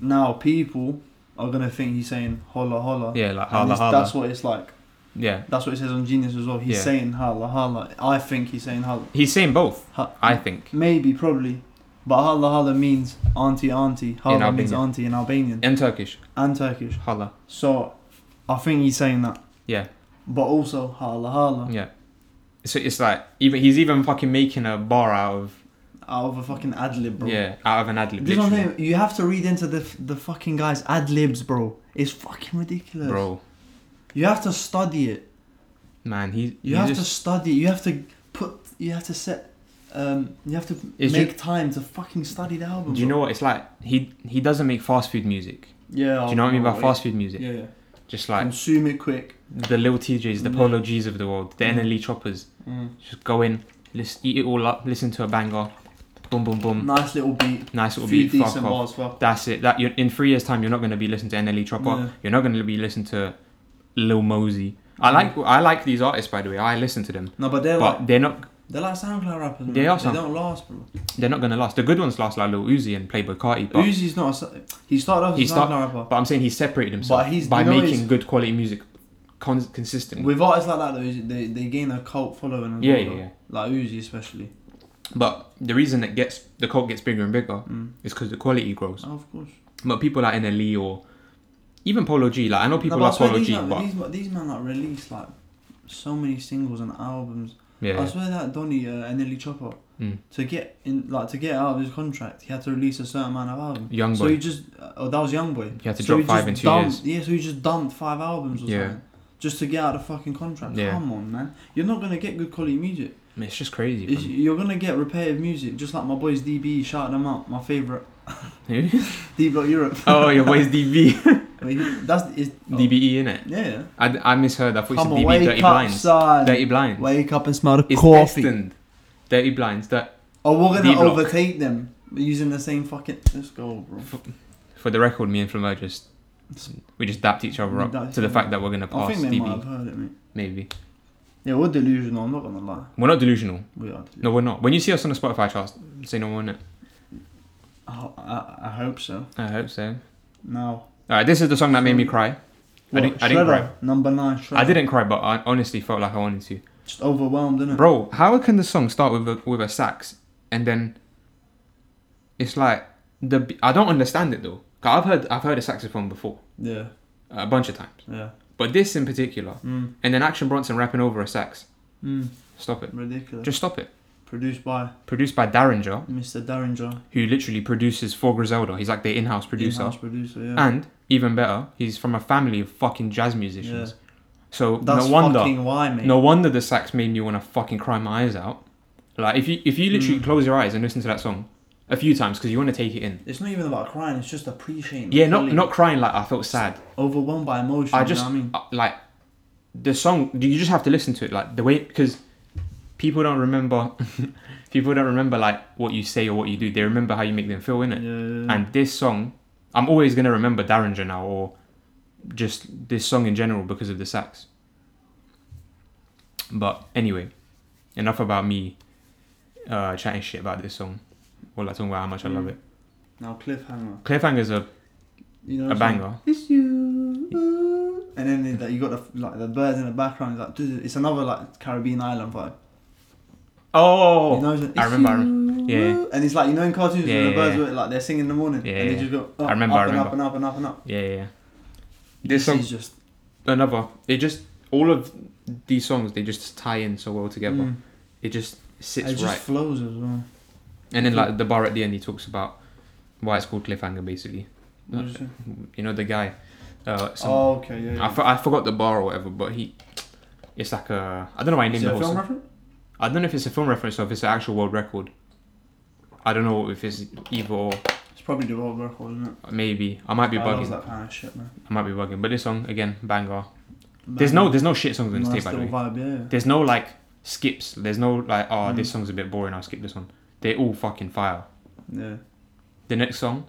[SPEAKER 2] Now people are gonna think he's saying holla holla.
[SPEAKER 1] yeah, like
[SPEAKER 2] And
[SPEAKER 1] holla
[SPEAKER 2] it's- That's
[SPEAKER 1] holla,
[SPEAKER 2] what it's like.
[SPEAKER 1] yeah.
[SPEAKER 2] That's what it says on Genius as well. He's
[SPEAKER 1] Yeah.
[SPEAKER 2] saying holla holla. I think he's saying holla.
[SPEAKER 1] He's saying both,
[SPEAKER 2] Ha-
[SPEAKER 1] I think.
[SPEAKER 2] Maybe, probably. But holla holla means auntie auntie. Holla means
[SPEAKER 1] Albanian.
[SPEAKER 2] auntie in Albanian
[SPEAKER 1] In Turkish,
[SPEAKER 2] and Turkish.
[SPEAKER 1] holla,
[SPEAKER 2] So I think he's saying that.
[SPEAKER 1] Yeah.
[SPEAKER 2] But also holla holla
[SPEAKER 1] yeah. So it's like even he's even fucking making a bar out of
[SPEAKER 2] out of a fucking ad lib, bro.
[SPEAKER 1] yeah out of an ad lib,
[SPEAKER 2] This is what I'm
[SPEAKER 1] literally,
[SPEAKER 2] saying. You have to read into the the fucking guy's ad libs, bro. It's fucking ridiculous.
[SPEAKER 1] bro.
[SPEAKER 2] You have to study it.
[SPEAKER 1] Man, he
[SPEAKER 2] You
[SPEAKER 1] he
[SPEAKER 2] have
[SPEAKER 1] just-
[SPEAKER 2] to study. it. You have to put. You have to set. Um, you have to
[SPEAKER 1] It's
[SPEAKER 2] make
[SPEAKER 1] ju-
[SPEAKER 2] time to fucking study the album.
[SPEAKER 1] Do you
[SPEAKER 2] bro.
[SPEAKER 1] know what it's like? He he doesn't make fast food music.
[SPEAKER 2] Yeah.
[SPEAKER 1] Do you know what I mean by
[SPEAKER 2] oh,
[SPEAKER 1] fast food music?
[SPEAKER 2] Yeah, Mm. yeah.
[SPEAKER 1] Just like
[SPEAKER 2] Consume it quick.
[SPEAKER 1] the Lil TJs, the
[SPEAKER 2] Yeah.
[SPEAKER 1] Polo Gs of the world, the
[SPEAKER 2] Yeah.
[SPEAKER 1] NLE choppers. Just go in, listen, eat it all up, listen to a banger, boom boom boom,
[SPEAKER 2] Nice little beat.
[SPEAKER 1] nice little
[SPEAKER 2] few
[SPEAKER 1] beat, fuck
[SPEAKER 2] decent
[SPEAKER 1] off.
[SPEAKER 2] bars. Fuck.
[SPEAKER 1] That's it. That you're, in three years' time, you're not going to be listening to NLE chopper.
[SPEAKER 2] Yeah.
[SPEAKER 1] You're not going to be listening to Lil Mosey. I
[SPEAKER 2] Mm.
[SPEAKER 1] like I like these artists by the way. I listen to them,
[SPEAKER 2] No, but they're like
[SPEAKER 1] but they're not
[SPEAKER 2] they're like SoundCloud rappers. Man.
[SPEAKER 1] They are
[SPEAKER 2] They
[SPEAKER 1] Sound-
[SPEAKER 2] don't last, bro.
[SPEAKER 1] they're not going to last. The good ones last like Lil Uzi and Playboy Carti, but
[SPEAKER 2] Uzi's not. A, Sa- he started off as
[SPEAKER 1] He
[SPEAKER 2] a SoundCloud
[SPEAKER 1] start-
[SPEAKER 2] rapper.
[SPEAKER 1] But I'm saying he separated himself
[SPEAKER 2] But he's-
[SPEAKER 1] by
[SPEAKER 2] you know
[SPEAKER 1] making
[SPEAKER 2] he's-
[SPEAKER 1] good quality music con- consistently.
[SPEAKER 2] With artists like that, though, they they gain a cult following. as
[SPEAKER 1] Mm. yeah,
[SPEAKER 2] well,
[SPEAKER 1] yeah,
[SPEAKER 2] though.
[SPEAKER 1] yeah.
[SPEAKER 2] Like Uzi, especially.
[SPEAKER 1] But the reason it gets the cult gets bigger and bigger
[SPEAKER 2] Mm.
[SPEAKER 1] is because the quality grows.
[SPEAKER 2] Oh, of course.
[SPEAKER 1] But people like NLE or even Polo G, like I know people
[SPEAKER 2] No, but I
[SPEAKER 1] like
[SPEAKER 2] swear
[SPEAKER 1] Polo
[SPEAKER 2] these,
[SPEAKER 1] G,
[SPEAKER 2] man-
[SPEAKER 1] but
[SPEAKER 2] these, these men like release like so many singles and albums. I
[SPEAKER 1] yeah,
[SPEAKER 2] swear that Donny uh, and Nelly Chopper
[SPEAKER 1] Mm.
[SPEAKER 2] to get in like to get out of his contract, he had to release a certain amount of albums.
[SPEAKER 1] young
[SPEAKER 2] So he
[SPEAKER 1] boy.
[SPEAKER 2] just uh, oh that was Young Boy.
[SPEAKER 1] He had to
[SPEAKER 2] so
[SPEAKER 1] drop five in
[SPEAKER 2] just
[SPEAKER 1] two years.
[SPEAKER 2] dumped, Yeah, so he just dumped five albums or
[SPEAKER 1] Yeah.
[SPEAKER 2] something just to get out of the fucking contract.
[SPEAKER 1] Yeah.
[SPEAKER 2] Come on, man, you're not gonna get good quality music.
[SPEAKER 1] Man, it's just crazy.
[SPEAKER 2] It's- you're gonna get repetitive music, just like my boys DB. Shout them out, my favorite
[SPEAKER 1] fam.
[SPEAKER 2] D Block Europe.
[SPEAKER 1] oh, your boy's DB,
[SPEAKER 2] I mean, that's is
[SPEAKER 1] DBE in it.
[SPEAKER 2] Yeah.
[SPEAKER 1] E, I, I misheard. I thought you said
[SPEAKER 2] Come on,
[SPEAKER 1] DB
[SPEAKER 2] wake
[SPEAKER 1] Dirty
[SPEAKER 2] up,
[SPEAKER 1] Blinds.
[SPEAKER 2] son.
[SPEAKER 1] Dirty Blinds.
[SPEAKER 2] Wake up and smell the
[SPEAKER 1] It's
[SPEAKER 2] coffee.
[SPEAKER 1] destined. Dirty Blinds. That
[SPEAKER 2] Oh, we're gonna
[SPEAKER 1] D-block.
[SPEAKER 2] overtake them using the same fucking. Let's go, bro.
[SPEAKER 1] for the record, me and Flamer just we just dapped each other
[SPEAKER 2] We
[SPEAKER 1] up
[SPEAKER 2] dapped
[SPEAKER 1] to the
[SPEAKER 2] him
[SPEAKER 1] fact
[SPEAKER 2] up.
[SPEAKER 1] that we're gonna
[SPEAKER 2] I
[SPEAKER 1] pass
[SPEAKER 2] think they might have
[SPEAKER 1] DB.
[SPEAKER 2] heard it, mate.
[SPEAKER 1] Maybe.
[SPEAKER 2] Yeah, we're delusional. I'm not gonna lie.
[SPEAKER 1] We're not delusional.
[SPEAKER 2] We are. Delusional.
[SPEAKER 1] No, we're not. When you see us on the Spotify charts, say no more, innit?
[SPEAKER 2] I, I, I hope so.
[SPEAKER 1] I hope so.
[SPEAKER 2] Now,
[SPEAKER 1] Alright, this is the song that made me cry. I
[SPEAKER 2] What,
[SPEAKER 1] didn't, I didn't
[SPEAKER 2] Shredder,
[SPEAKER 1] cry.
[SPEAKER 2] Number nine. Shredder.
[SPEAKER 1] I didn't cry, but I honestly felt like I wanted to.
[SPEAKER 2] Just overwhelmed, didn't it?
[SPEAKER 1] Bro, how can the song start with a, with a sax and then it's like the b- I don't understand it though. i I've heard I've heard a saxophone before
[SPEAKER 2] Yeah.
[SPEAKER 1] a bunch of times,
[SPEAKER 2] Yeah.
[SPEAKER 1] but this in particular,
[SPEAKER 2] Mm.
[SPEAKER 1] and then Action Bronson rapping over a sax.
[SPEAKER 2] Mm.
[SPEAKER 1] Stop it.
[SPEAKER 2] Ridiculous.
[SPEAKER 1] Just stop it.
[SPEAKER 2] Produced by
[SPEAKER 1] Produced by Darringer,
[SPEAKER 2] Mr. Darringer,
[SPEAKER 1] who literally produces for Griselda. He's like the in-house producer.
[SPEAKER 2] in-house producer. Yeah.
[SPEAKER 1] And even better, he's from a family of fucking jazz musicians. So
[SPEAKER 2] That's
[SPEAKER 1] no wonder,
[SPEAKER 2] fucking why, mate.
[SPEAKER 1] no wonder the sax made me want to fucking cry my eyes out. Like if you if you literally
[SPEAKER 2] Mm.
[SPEAKER 1] close your eyes and listen to that song a few times because you want to take it in.
[SPEAKER 2] It's not even about crying. It's just appreciating.
[SPEAKER 1] Yeah, not
[SPEAKER 2] feeling.
[SPEAKER 1] not crying like I felt sad.
[SPEAKER 2] overwhelmed by emotion.
[SPEAKER 1] I
[SPEAKER 2] you know
[SPEAKER 1] just
[SPEAKER 2] what I mean,
[SPEAKER 1] uh, like the song. You just have to listen to it like the way because people don't remember people don't remember like what you say or what you do. They remember how you make them feel in it.
[SPEAKER 2] yeah.
[SPEAKER 1] And this song, I'm always gonna remember Darringer now, or just this song in general because of the sax. But anyway, enough about me uh, chatting shit about this song, or like talking about how much I love
[SPEAKER 2] Mm.
[SPEAKER 1] it.
[SPEAKER 2] now cliffhanger.
[SPEAKER 1] Cliffhanger's a,
[SPEAKER 2] You know
[SPEAKER 1] a
[SPEAKER 2] what I'm saying?
[SPEAKER 1] banger.
[SPEAKER 2] It's you. And then then that you got the like the birds in the background. It's like dude, it's another like Caribbean island vibe.
[SPEAKER 1] Oh,
[SPEAKER 2] You know, it's like,
[SPEAKER 1] I remember, I
[SPEAKER 2] "If
[SPEAKER 1] remember.
[SPEAKER 2] you
[SPEAKER 1] Yeah.
[SPEAKER 2] were-" And it's like you know in cartoons
[SPEAKER 1] Yeah,
[SPEAKER 2] when the
[SPEAKER 1] yeah,
[SPEAKER 2] birds
[SPEAKER 1] yeah.
[SPEAKER 2] were like they're singing in the morning
[SPEAKER 1] Yeah,
[SPEAKER 2] and they
[SPEAKER 1] yeah.
[SPEAKER 2] just go up,
[SPEAKER 1] I remember,
[SPEAKER 2] up
[SPEAKER 1] I
[SPEAKER 2] and
[SPEAKER 1] remember.
[SPEAKER 2] up and up and up and up.
[SPEAKER 1] yeah, yeah, yeah. This
[SPEAKER 2] This
[SPEAKER 1] song,
[SPEAKER 2] is just
[SPEAKER 1] another. It just all of these songs they just tie in so well together.
[SPEAKER 2] mm,
[SPEAKER 1] It just
[SPEAKER 2] it
[SPEAKER 1] sits
[SPEAKER 2] just
[SPEAKER 1] right.
[SPEAKER 2] flows as well.
[SPEAKER 1] And then like the bar at the end, he talks about why it's called cliffhanger. Basically,
[SPEAKER 2] What did you say?
[SPEAKER 1] you know the guy. Uh, some,
[SPEAKER 2] oh okay, yeah. yeah.
[SPEAKER 1] I, for, I forgot the bar or whatever, but he. It's like a. I don't know why he
[SPEAKER 2] Is
[SPEAKER 1] named
[SPEAKER 2] it
[SPEAKER 1] the
[SPEAKER 2] a
[SPEAKER 1] whole
[SPEAKER 2] film
[SPEAKER 1] song.
[SPEAKER 2] reference?
[SPEAKER 1] I don't know if it's a film reference or if it's an actual world record. I don't know if it's either or
[SPEAKER 2] It's probably the world record, isn't it?
[SPEAKER 1] maybe. I might be
[SPEAKER 2] I
[SPEAKER 1] bugging.
[SPEAKER 2] love that kind of shit, man.
[SPEAKER 1] I might be bugging. But this song again, banger. There's no there's no shit songs on this tape
[SPEAKER 2] nice
[SPEAKER 1] by the
[SPEAKER 2] little
[SPEAKER 1] way.
[SPEAKER 2] vibe, yeah.
[SPEAKER 1] There's no like skips. There's no like oh
[SPEAKER 2] Mm.
[SPEAKER 1] this song's a bit boring. I'll skip this one. They all fucking fire.
[SPEAKER 2] Yeah.
[SPEAKER 1] The next song,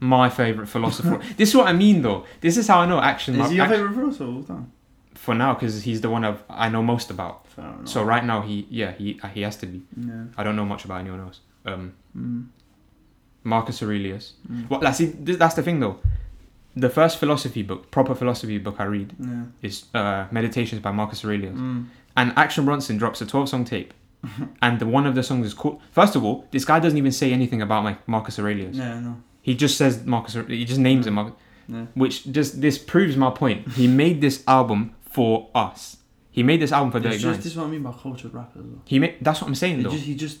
[SPEAKER 1] my favorite philosopher. this is what I mean though. This is how I know action.
[SPEAKER 2] Is
[SPEAKER 1] Mar-
[SPEAKER 2] he your
[SPEAKER 1] Ac-
[SPEAKER 2] favourite philosopher of all time?
[SPEAKER 1] for now because he's the one I've, I know most about.
[SPEAKER 2] Fair enough.
[SPEAKER 1] So right now he yeah he he has to be.
[SPEAKER 2] yeah.
[SPEAKER 1] I don't know much about anyone else. Um,
[SPEAKER 2] Mm.
[SPEAKER 1] Marcus Aurelius.
[SPEAKER 2] Mm.
[SPEAKER 1] Well, that's it. Th- That's the thing, though. The first philosophy book, proper philosophy book I read
[SPEAKER 2] Yeah.
[SPEAKER 1] is uh, Meditations by Marcus Aurelius.
[SPEAKER 2] Mm.
[SPEAKER 1] And Action Bronson drops a 12 song tape.
[SPEAKER 2] Mm-hmm.
[SPEAKER 1] and the one of the songs is called. First of all, this guy doesn't even say anything about like Marcus Aurelius.
[SPEAKER 2] Yeah, no.
[SPEAKER 1] He just says Marcus. Aure- He just names him. Marcus,
[SPEAKER 2] Yeah.
[SPEAKER 1] Which just this proves my point. He made this album for us. He made this album for the
[SPEAKER 2] It's just,
[SPEAKER 1] guys.
[SPEAKER 2] this is what I mean by cultured rap as well.
[SPEAKER 1] He made. That's what I'm saying
[SPEAKER 2] He
[SPEAKER 1] though.
[SPEAKER 2] just, he just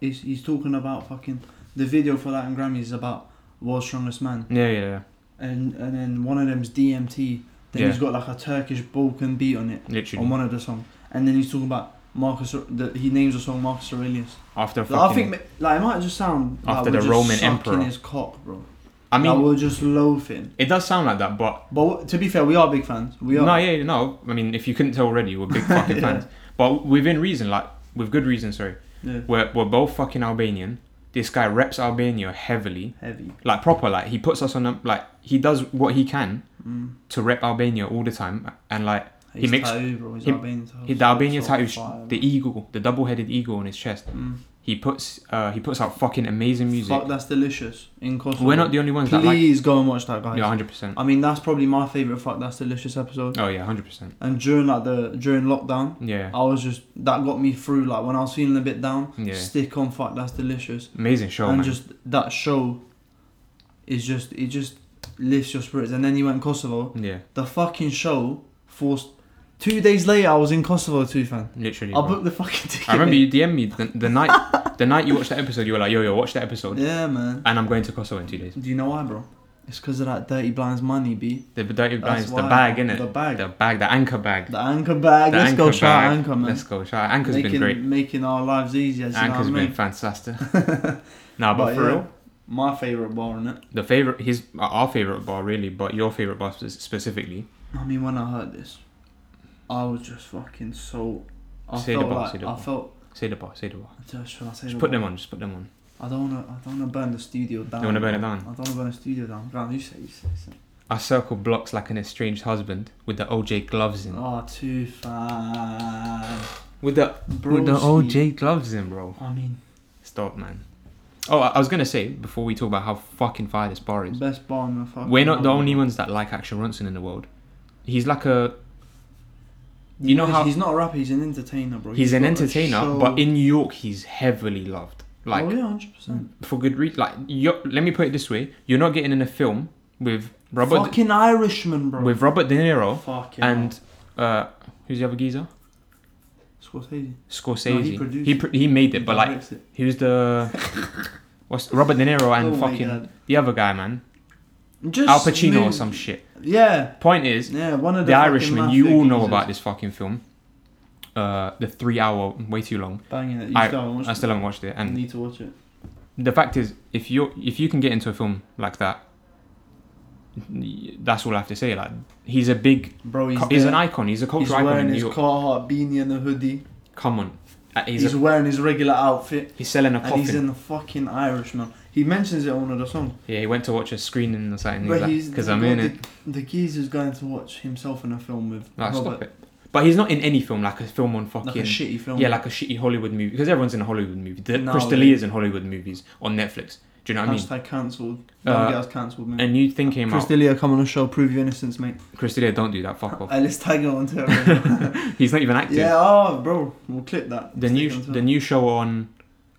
[SPEAKER 2] he's, he's talking about fucking the video for that and Grammys is about world's strongest man
[SPEAKER 1] Yeah, yeah, yeah.
[SPEAKER 2] and and then one of them's DMT then
[SPEAKER 1] Yeah.
[SPEAKER 2] he's got like a Turkish Balkan beat on it
[SPEAKER 1] Literally.
[SPEAKER 2] on one of the songs and then he's talking about Marcus Aur- the, he names the song Marcus Aurelius.
[SPEAKER 1] After.
[SPEAKER 2] Like, I
[SPEAKER 1] fucking-
[SPEAKER 2] think ma- like it might just sound like
[SPEAKER 1] After
[SPEAKER 2] we're
[SPEAKER 1] the
[SPEAKER 2] just
[SPEAKER 1] Roman
[SPEAKER 2] sucking
[SPEAKER 1] emperor.
[SPEAKER 2] his cock, bro.
[SPEAKER 1] I mean,
[SPEAKER 2] like, we're just loafing.
[SPEAKER 1] it does sound like that, but
[SPEAKER 2] But w- to be fair, we are big fans. We are.
[SPEAKER 1] No, yeah, yeah, no. I mean, if you couldn't tell already, we're big fucking
[SPEAKER 2] Yeah.
[SPEAKER 1] fans. But within reason, like with good reason, sorry.
[SPEAKER 2] yeah.
[SPEAKER 1] We're we're both fucking Albanian. This guy reps Albania heavily,
[SPEAKER 2] Heavy.
[SPEAKER 1] like proper. Like he puts us on a like he does what he can
[SPEAKER 2] Mm.
[SPEAKER 1] to rep Albania all the time, and like He
[SPEAKER 2] He's
[SPEAKER 1] makes-
[SPEAKER 2] tattooed, bro. He's
[SPEAKER 1] he-
[SPEAKER 2] Albanian tattoo.
[SPEAKER 1] he, the Albania
[SPEAKER 2] So
[SPEAKER 1] tattoo,
[SPEAKER 2] fire,
[SPEAKER 1] the E eagle, the double-headed eagle on his chest.
[SPEAKER 2] bro. Mm.
[SPEAKER 1] He puts uh he puts out fucking amazing music.
[SPEAKER 2] Fuck, that's delicious. In Kosovo.
[SPEAKER 1] we're not the only ones that like.
[SPEAKER 2] Please go and watch that, guys.
[SPEAKER 1] Yeah, hundred percent.
[SPEAKER 2] I mean, that's probably my favorite. Fuck, that's delicious episode.
[SPEAKER 1] Oh yeah, hundred percent.
[SPEAKER 2] And during like the during lockdown,
[SPEAKER 1] Yeah,
[SPEAKER 2] I was just that got me through. Like when I was feeling a bit down,
[SPEAKER 1] Yeah.
[SPEAKER 2] stick on. Fuck, that's delicious.
[SPEAKER 1] amazing show,
[SPEAKER 2] and
[SPEAKER 1] man.
[SPEAKER 2] just that show is just it just lifts your spirits. And then you went Kosovo.
[SPEAKER 1] yeah,
[SPEAKER 2] The fucking show forced. Two days later, I was in Kosovo too, fan.
[SPEAKER 1] literally.
[SPEAKER 2] I
[SPEAKER 1] bro.
[SPEAKER 2] booked the fucking ticket.
[SPEAKER 1] I remember you DM me the, the night the night you watched that episode. You were like, "Yo, yo, watch that episode,"
[SPEAKER 2] Yeah, man.
[SPEAKER 1] and I'm going to Kosovo in two days.
[SPEAKER 2] Do you know why, bro? It's because of that dirty blinds money, b.
[SPEAKER 1] The dirty
[SPEAKER 2] That's
[SPEAKER 1] blinds, the
[SPEAKER 2] why.
[SPEAKER 1] bag in it,
[SPEAKER 2] The
[SPEAKER 1] the
[SPEAKER 2] bag.
[SPEAKER 1] bag, the anchor bag.
[SPEAKER 2] The anchor bag.
[SPEAKER 1] The
[SPEAKER 2] Let's go
[SPEAKER 1] anchor
[SPEAKER 2] try
[SPEAKER 1] bag.
[SPEAKER 2] anchor, man.
[SPEAKER 1] Let's go. Shout. Anchor's
[SPEAKER 2] making,
[SPEAKER 1] been great.
[SPEAKER 2] making our lives easier. You know what
[SPEAKER 1] Anchor's
[SPEAKER 2] I
[SPEAKER 1] been
[SPEAKER 2] mean?
[SPEAKER 1] fantastic. nah, but,
[SPEAKER 2] But
[SPEAKER 1] for
[SPEAKER 2] yeah.
[SPEAKER 1] real,
[SPEAKER 2] My favorite bar in it.
[SPEAKER 1] the favorite, his, our favorite bar really, but your favorite bar spe- specifically.
[SPEAKER 2] I mean, when I heard this, I was just fucking so. I
[SPEAKER 1] Say the
[SPEAKER 2] felt
[SPEAKER 1] bar, say
[SPEAKER 2] like
[SPEAKER 1] the
[SPEAKER 2] I
[SPEAKER 1] bar.
[SPEAKER 2] felt.
[SPEAKER 1] Say the bar, say the bar.
[SPEAKER 2] Should I say
[SPEAKER 1] Just
[SPEAKER 2] the
[SPEAKER 1] put
[SPEAKER 2] bar?
[SPEAKER 1] them on. Just put them on.
[SPEAKER 2] I don't wanna. I don't wanna burn the studio down.
[SPEAKER 1] wanna burn it
[SPEAKER 2] bro.
[SPEAKER 1] down?
[SPEAKER 2] I don't wanna burn the studio down. Go on, you say. You say. you say.
[SPEAKER 1] I circle blocks like an estranged husband with the OJ gloves in.
[SPEAKER 2] Oh, too far.
[SPEAKER 1] With the
[SPEAKER 2] Bro,
[SPEAKER 1] with the OJ gloves in, bro.
[SPEAKER 2] I mean,
[SPEAKER 1] Stop, man. Oh, I, I was gonna say before we talk about how fucking fire this bar is.
[SPEAKER 2] best bar in the fucking.
[SPEAKER 1] We're not the
[SPEAKER 2] world.
[SPEAKER 1] only ones that like Action Ronson in the world. He's like a
[SPEAKER 2] You,
[SPEAKER 1] You
[SPEAKER 2] know
[SPEAKER 1] know how-
[SPEAKER 2] he's not a rapper. He's an entertainer, bro.
[SPEAKER 1] he's an
[SPEAKER 2] got a
[SPEAKER 1] entertainer,
[SPEAKER 2] show-
[SPEAKER 1] but in New York he's heavily loved. Like
[SPEAKER 2] oh yeah, hundred percent.
[SPEAKER 1] for good reason. Like you let me put it this way: you're not getting in a film with Robert
[SPEAKER 2] fucking Irishman, bro.
[SPEAKER 1] with Robert De Niro
[SPEAKER 2] fucking
[SPEAKER 1] and uh, who's the other geezer?
[SPEAKER 2] Scorsese.
[SPEAKER 1] Scorsese.
[SPEAKER 2] No, he
[SPEAKER 1] he
[SPEAKER 2] produced
[SPEAKER 1] he, pr- he made it, but like
[SPEAKER 2] Directs it.
[SPEAKER 1] he was the what's Robert De Niro and
[SPEAKER 2] Oh my
[SPEAKER 1] fucking
[SPEAKER 2] God.
[SPEAKER 1] the other guy, man,
[SPEAKER 2] Just
[SPEAKER 1] Al Pacino or
[SPEAKER 2] move-
[SPEAKER 1] some shit.
[SPEAKER 2] Yeah,
[SPEAKER 1] Point is,
[SPEAKER 2] yeah. One of the,
[SPEAKER 1] The,
[SPEAKER 2] fucking
[SPEAKER 1] Irishman, you
[SPEAKER 2] mafia
[SPEAKER 1] all know
[SPEAKER 2] geezers.
[SPEAKER 1] about this fucking film. Uh, the three hour, way too long.
[SPEAKER 2] Banging it. You
[SPEAKER 1] I-
[SPEAKER 2] still haven't watched
[SPEAKER 1] I still haven't watched it.
[SPEAKER 2] it. You
[SPEAKER 1] And
[SPEAKER 2] need to watch it.
[SPEAKER 1] the fact is, if you if you can get into a film like that, that's all I have to say. Like he's a big,
[SPEAKER 2] Bro, he's,
[SPEAKER 1] he's, he's
[SPEAKER 2] there.
[SPEAKER 1] an icon. He's a
[SPEAKER 2] He's
[SPEAKER 1] cultural icon in
[SPEAKER 2] wearing
[SPEAKER 1] New
[SPEAKER 2] his
[SPEAKER 1] York.
[SPEAKER 2] Carhartt beanie and a hoodie.
[SPEAKER 1] Come on, Uh, he's
[SPEAKER 2] He's,
[SPEAKER 1] he's,
[SPEAKER 2] wearing his regular outfit,
[SPEAKER 1] he's selling a
[SPEAKER 2] and he's
[SPEAKER 1] coffin.
[SPEAKER 2] in the fucking Irishman. He mentions it on one of the songs.
[SPEAKER 1] yeah, he went to watch a screening or something.
[SPEAKER 2] But
[SPEAKER 1] Because
[SPEAKER 2] he's-
[SPEAKER 1] like, 'Cause I'm in it.
[SPEAKER 2] The geezer's going to watch himself in a film with
[SPEAKER 1] Like, stop
[SPEAKER 2] Robert,
[SPEAKER 1] it. But he's not in any film like a film on
[SPEAKER 2] like
[SPEAKER 1] fucking
[SPEAKER 2] a shitty film.
[SPEAKER 1] Yeah, like a shitty Hollywood movie because everyone's in a Hollywood movie. The
[SPEAKER 2] No,
[SPEAKER 1] Chris
[SPEAKER 2] they-
[SPEAKER 1] D'Elia's in Hollywood movies on Netflix. Do Do you know what I mean?
[SPEAKER 2] Hashtag cancelled. Don't
[SPEAKER 1] Uh,
[SPEAKER 2] get us cancelled, man.
[SPEAKER 1] A new thing came
[SPEAKER 2] Chris
[SPEAKER 1] out.
[SPEAKER 2] D'Elia, come on the show, prove your innocence, mate.
[SPEAKER 1] Chris D'Elia, don't do that. Fuck off.
[SPEAKER 2] Hey, let's tag him on Twitter.
[SPEAKER 1] He's not even active.
[SPEAKER 2] yeah, oh, bro, we'll clip that.
[SPEAKER 1] The
[SPEAKER 2] Stick
[SPEAKER 1] new
[SPEAKER 2] it on
[SPEAKER 1] the
[SPEAKER 2] Twitter.
[SPEAKER 1] new show on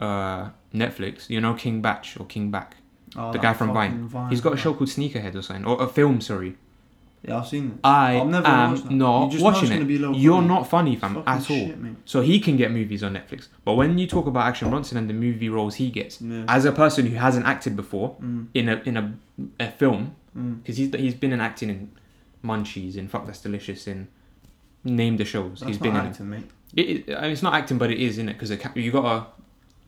[SPEAKER 1] uh, Netflix. You know King Batch or King Back.
[SPEAKER 2] Oh,
[SPEAKER 1] the
[SPEAKER 2] that
[SPEAKER 1] guy from Vine.
[SPEAKER 2] fucking
[SPEAKER 1] He's got a
[SPEAKER 2] bro.
[SPEAKER 1] show called Sneakerhead or something, or a film. Sorry,
[SPEAKER 2] Yeah, I've seen it.
[SPEAKER 1] I
[SPEAKER 2] I've never watched that. You
[SPEAKER 1] am not
[SPEAKER 2] just know it's
[SPEAKER 1] watching
[SPEAKER 2] gonna
[SPEAKER 1] it.
[SPEAKER 2] be low
[SPEAKER 1] You're
[SPEAKER 2] quality.
[SPEAKER 1] not funny, fam,
[SPEAKER 2] Fucking
[SPEAKER 1] at all.
[SPEAKER 2] shit, mate.
[SPEAKER 1] So he can get movies on Netflix. But when you talk about Action Bronson and the movie roles he gets,
[SPEAKER 2] Yeah.
[SPEAKER 1] as a person who hasn't acted before
[SPEAKER 2] Mm,
[SPEAKER 1] in a in a, a film,
[SPEAKER 2] mm.
[SPEAKER 1] because he's he's been in acting in Munchies, in Fuck That's Delicious, in name the shows
[SPEAKER 2] That's
[SPEAKER 1] he's
[SPEAKER 2] not
[SPEAKER 1] been in.
[SPEAKER 2] acting, mate.
[SPEAKER 1] It, it, I mean, it's not acting, but it is in it because you gotta.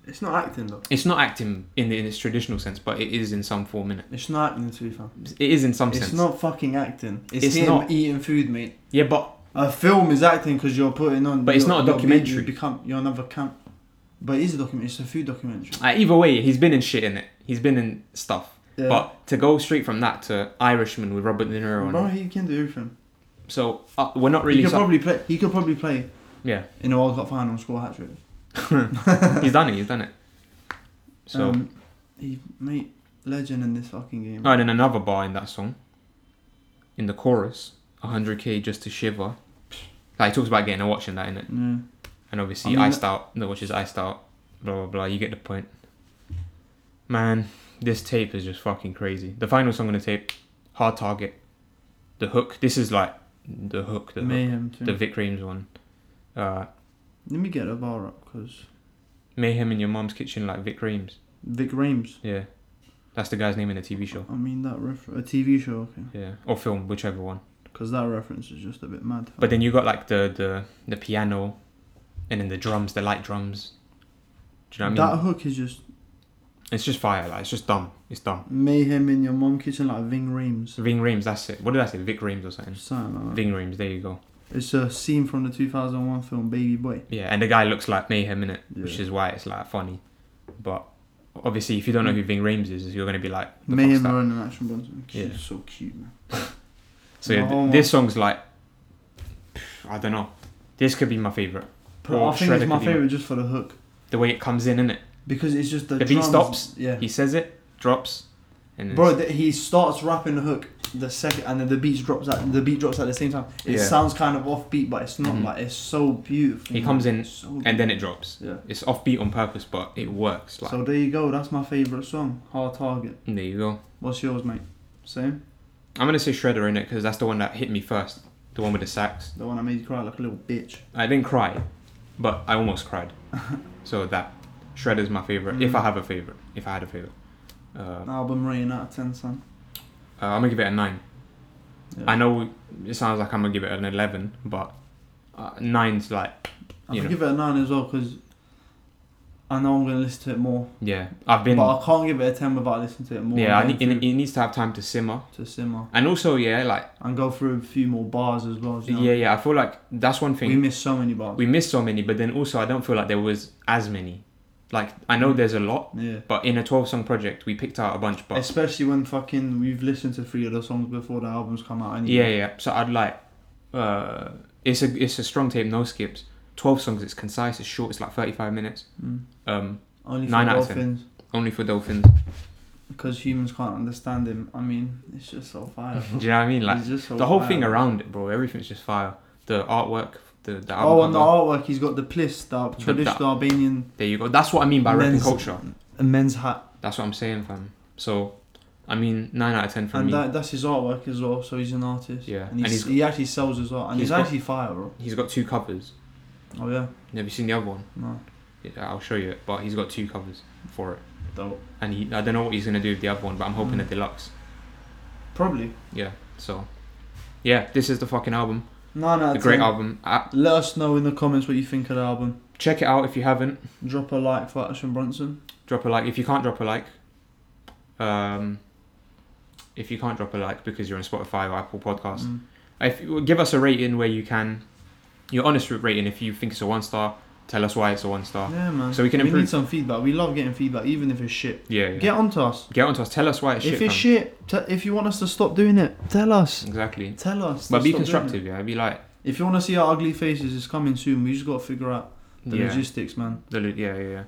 [SPEAKER 2] It's not acting though.
[SPEAKER 1] It's not acting in, in its traditional sense, but it is in some form. In it,
[SPEAKER 2] It's not acting to be fair.
[SPEAKER 1] it is in some
[SPEAKER 2] It's
[SPEAKER 1] sense.
[SPEAKER 2] not fucking acting. It's,
[SPEAKER 1] It's
[SPEAKER 2] him
[SPEAKER 1] not.
[SPEAKER 2] eating food, mate.
[SPEAKER 1] yeah, but
[SPEAKER 2] A film is acting because you're putting on.
[SPEAKER 1] But it's
[SPEAKER 2] you're- you're
[SPEAKER 1] not a
[SPEAKER 2] being-
[SPEAKER 1] documentary.
[SPEAKER 2] You become. You're another camp. But it is a documentary. It's a food documentary.
[SPEAKER 1] uh, either way, he's been in shit in it. He's been in stuff.
[SPEAKER 2] Yeah.
[SPEAKER 1] But to go straight from that to Irishman with Robert De Niro,
[SPEAKER 2] bro,
[SPEAKER 1] on,
[SPEAKER 2] he can do everything.
[SPEAKER 1] so uh, we're not
[SPEAKER 2] he
[SPEAKER 1] really.
[SPEAKER 2] could
[SPEAKER 1] so-
[SPEAKER 2] probably play. He could probably play
[SPEAKER 1] yeah,
[SPEAKER 2] in a World Cup final and score a hat trick.
[SPEAKER 1] he's done it. He's done it. So
[SPEAKER 2] um, he mate legend in this fucking game.
[SPEAKER 1] Oh, and then another bar in that song, in the chorus, 100k just to shiver. Like he talks about getting a watch in that, innit?
[SPEAKER 2] Yeah.
[SPEAKER 1] And obviously,
[SPEAKER 2] I mean,
[SPEAKER 1] iced out, the watch is iced out, blah, blah, blah. You get the point. Man, this tape is just fucking crazy. The final song on the tape, Hard Target, The Hook. This is like the hook, the, hook,
[SPEAKER 2] Mayhem too.
[SPEAKER 1] the Vic Reams one. Uh,
[SPEAKER 2] Let me get a bar up because
[SPEAKER 1] Mayhem in Your Mom's Kitchen, like Vic Reams.
[SPEAKER 2] Vic Rames.
[SPEAKER 1] Yeah. That's the guy's name in the TV show.
[SPEAKER 2] I mean that refer- a TV show, okay?
[SPEAKER 1] Yeah. Or film, whichever one.
[SPEAKER 2] Because that reference is just a bit mad.
[SPEAKER 1] But then you got like the the the piano, and then the drums, the light drums. Do you know what I
[SPEAKER 2] that
[SPEAKER 1] mean?
[SPEAKER 2] hook is just
[SPEAKER 1] It's just fire. Like it's just dumb. It's dumb.
[SPEAKER 2] mayhem in your mom kitchen like Ving Rames.
[SPEAKER 1] Ving Rames. That's it. What did I say? Vic Rames or something.
[SPEAKER 2] Something like that.
[SPEAKER 1] Ving Rames. There you go.
[SPEAKER 2] It's a scene from the 2001 film Baby Boy.
[SPEAKER 1] Yeah, and the guy looks like Mayhem in it, which
[SPEAKER 2] Yeah.
[SPEAKER 1] is why it's like funny. But obviously, if you don't know who Ving Rames is, you're gonna be like the fuck's
[SPEAKER 2] mayhem
[SPEAKER 1] that?
[SPEAKER 2] Run and Action Bronson. She's
[SPEAKER 1] Yeah.
[SPEAKER 2] so cute, man.
[SPEAKER 1] So yeah,
[SPEAKER 2] Oh.
[SPEAKER 1] th- this song's like, I don't know. This could be my favorite.
[SPEAKER 2] But
[SPEAKER 1] Or
[SPEAKER 2] I think
[SPEAKER 1] Shredder
[SPEAKER 2] it's my
[SPEAKER 1] could be
[SPEAKER 2] favorite just for the hook
[SPEAKER 1] The way it comes in, innit?
[SPEAKER 2] because it's just the,
[SPEAKER 1] The beat
[SPEAKER 2] drums-
[SPEAKER 1] stops.
[SPEAKER 2] Yeah,
[SPEAKER 1] He says it, drops, and then
[SPEAKER 2] bro, th- he starts rapping the hook the second, and then the beat drops at the beat drops at the same time. It
[SPEAKER 1] Yeah.
[SPEAKER 2] sounds kind of offbeat, but it's not
[SPEAKER 1] Mhm.
[SPEAKER 2] like it's so beautiful.
[SPEAKER 1] He
[SPEAKER 2] man.
[SPEAKER 1] comes in
[SPEAKER 2] It's so
[SPEAKER 1] and then it drops.
[SPEAKER 2] beautiful.
[SPEAKER 1] It's offbeat on purpose, but it works.
[SPEAKER 2] yeah.
[SPEAKER 1] Like,
[SPEAKER 2] So there you go. That's my favorite song, Hard Target.
[SPEAKER 1] there you go.
[SPEAKER 2] What's yours, mate? Same.
[SPEAKER 1] I'm gonna say Shredder in it because that's the one that hit me first. The one with the sax.
[SPEAKER 2] The one I made you cry like a little bitch.
[SPEAKER 1] I didn't cry, but I almost cried. so that Shredder's my favorite. If I
[SPEAKER 2] Mm.
[SPEAKER 1] have a favorite, if I had a favorite, uh, uh,
[SPEAKER 2] Album rating out of ten, son.
[SPEAKER 1] I'm gonna give it a nine.
[SPEAKER 2] Yeah.
[SPEAKER 1] I know it sounds like I'm gonna give it an eleven, but uh, nine's like
[SPEAKER 2] I'm
[SPEAKER 1] you
[SPEAKER 2] gonna
[SPEAKER 1] know.
[SPEAKER 2] give it a nine as well because I know I'm gonna listen to it more,
[SPEAKER 1] yeah. I've been
[SPEAKER 2] but I can't give it a ten without listening to it more.
[SPEAKER 1] yeah. I
[SPEAKER 2] and
[SPEAKER 1] need,
[SPEAKER 2] going
[SPEAKER 1] it, it needs to have time to simmer,
[SPEAKER 2] through to simmer
[SPEAKER 1] and also yeah, like
[SPEAKER 2] and go through a few more bars as well. You know?
[SPEAKER 1] yeah, yeah. I feel like that's one thing.
[SPEAKER 2] we missed so many bars.
[SPEAKER 1] we missed so many, but then also I don't feel like there was as many. Like I
[SPEAKER 2] Mm.
[SPEAKER 1] know there's a lot,
[SPEAKER 2] yeah.
[SPEAKER 1] but in a twelve song project we picked out a bunch. But
[SPEAKER 2] Especially when fucking we've listened to three of the songs before the albums come out. Anyway.
[SPEAKER 1] yeah, yeah. So I'd like, uh, it's a it's a strong tape, no skips. Twelve songs. It's concise. It's short. It's like thirty five minutes.
[SPEAKER 2] Mm.
[SPEAKER 1] Um,
[SPEAKER 2] Only for
[SPEAKER 1] Nine out of ten.
[SPEAKER 2] dolphins
[SPEAKER 1] only for dolphins.
[SPEAKER 2] because humans can't understand him. I mean, it's just so fire.
[SPEAKER 1] Do you know what I mean? Like
[SPEAKER 2] It's just so
[SPEAKER 1] the whole
[SPEAKER 2] fire.
[SPEAKER 1] thing around it, bro. Everything's just fire. The artwork, the the album
[SPEAKER 2] Oh, and the
[SPEAKER 1] cover.
[SPEAKER 2] artwork, he's got the plis, the traditional Albanian
[SPEAKER 1] There you go. That's what I mean by rapping
[SPEAKER 2] Men's-
[SPEAKER 1] culture.
[SPEAKER 2] men's hat,
[SPEAKER 1] That's what I'm saying, fam. So, I mean, nine out of ten for
[SPEAKER 2] and
[SPEAKER 1] me.
[SPEAKER 2] that, that's his artwork as well. So he's an artist.
[SPEAKER 1] Yeah,
[SPEAKER 2] and, he's,
[SPEAKER 1] and he's-
[SPEAKER 2] he actually sells as well, and
[SPEAKER 1] he's
[SPEAKER 2] he's,
[SPEAKER 1] got-
[SPEAKER 2] actually fire, bro.
[SPEAKER 1] He's got two covers.
[SPEAKER 2] Oh yeah,
[SPEAKER 1] Have you seen the other one?
[SPEAKER 2] no,
[SPEAKER 1] Yeah, I'll show you it, but he's got two covers for it.
[SPEAKER 2] dope.
[SPEAKER 1] And he, I don't know what he's gonna do with the other one, but I'm hoping
[SPEAKER 2] Mm.
[SPEAKER 1] a deluxe.
[SPEAKER 2] Probably
[SPEAKER 1] Yeah. So, yeah, this is the fucking album.
[SPEAKER 2] nine out
[SPEAKER 1] A
[SPEAKER 2] of
[SPEAKER 1] great
[SPEAKER 2] ten.
[SPEAKER 1] album. Uh,
[SPEAKER 2] Let us know in the comments what you think of the album.
[SPEAKER 1] check it out if you haven't.
[SPEAKER 2] Drop a like for Ashton Bronson.
[SPEAKER 1] Drop a like if you can't drop a like. Um, if you can't drop a like because you're on Spotify or Apple Podcasts,
[SPEAKER 2] Mm.
[SPEAKER 1] if you, give us a rating where you can. Your honest rating. If you think it's a one star, tell us why it's a one star.
[SPEAKER 2] Mm. Yeah, man.
[SPEAKER 1] So we can
[SPEAKER 2] We
[SPEAKER 1] improve.
[SPEAKER 2] need some feedback. We love getting feedback, even if it's shit.
[SPEAKER 1] Yeah. yeah.
[SPEAKER 2] Get on to us.
[SPEAKER 1] Get onto us. Tell us why it's
[SPEAKER 2] if
[SPEAKER 1] shit.
[SPEAKER 2] it's
[SPEAKER 1] fam.
[SPEAKER 2] shit, t- if you want us to stop doing it, tell us.
[SPEAKER 1] Exactly.
[SPEAKER 2] Tell us.
[SPEAKER 1] But
[SPEAKER 2] to
[SPEAKER 1] be
[SPEAKER 2] stop doing
[SPEAKER 1] constructive. Yeah. Be like.
[SPEAKER 2] it. If you want to see our ugly faces, it's coming soon. We just got to figure out the
[SPEAKER 1] yeah.
[SPEAKER 2] logistics, man.
[SPEAKER 1] The, lo- yeah. Yeah.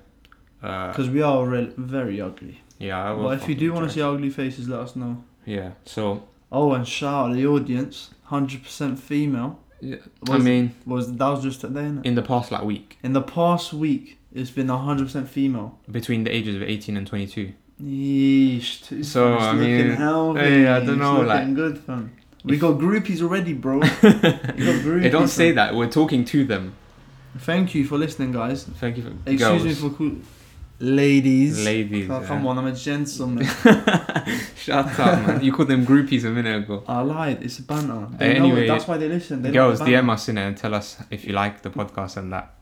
[SPEAKER 1] Yeah. Uh,
[SPEAKER 2] Because we are re- very ugly.
[SPEAKER 1] Yeah, I will.
[SPEAKER 2] But if you
[SPEAKER 1] fucking
[SPEAKER 2] do want to
[SPEAKER 1] try.
[SPEAKER 2] see our ugly faces, let us know.
[SPEAKER 1] Yeah, so
[SPEAKER 2] Oh, and shout out to the audience, hundred percent female.
[SPEAKER 1] Yeah, I
[SPEAKER 2] Was-
[SPEAKER 1] mean,
[SPEAKER 2] Was that was just today? innit?
[SPEAKER 1] in the past like week,
[SPEAKER 2] In the past week, it's been hundred percent female.
[SPEAKER 1] between the ages of 18 and 22,
[SPEAKER 2] Yeesh. t-
[SPEAKER 1] So,
[SPEAKER 2] it's
[SPEAKER 1] I
[SPEAKER 2] looking
[SPEAKER 1] mean,
[SPEAKER 2] healthy.
[SPEAKER 1] hey, I don't
[SPEAKER 2] it's
[SPEAKER 1] know,
[SPEAKER 2] looking
[SPEAKER 1] like-
[SPEAKER 2] good fam. We got groupies already, bro. we got groupies.
[SPEAKER 1] they don't say
[SPEAKER 2] fam.
[SPEAKER 1] that. We're talking to them.
[SPEAKER 2] Thank you for listening, guys.
[SPEAKER 1] Thank you for
[SPEAKER 2] Excuse me
[SPEAKER 1] girls.
[SPEAKER 2] for cool ladies.
[SPEAKER 1] ladies.
[SPEAKER 2] Oh, Come
[SPEAKER 1] yeah.
[SPEAKER 2] on, I'm a gentleman.
[SPEAKER 1] Shut up, man. You called them groupies a minute ago.
[SPEAKER 2] I lied. It's banter. They
[SPEAKER 1] Hey,
[SPEAKER 2] know
[SPEAKER 1] anyway,
[SPEAKER 2] it. That's why they listen. They
[SPEAKER 1] Girls,
[SPEAKER 2] like the
[SPEAKER 1] DM
[SPEAKER 2] banter.
[SPEAKER 1] us in there and tell us if you like the podcast and that.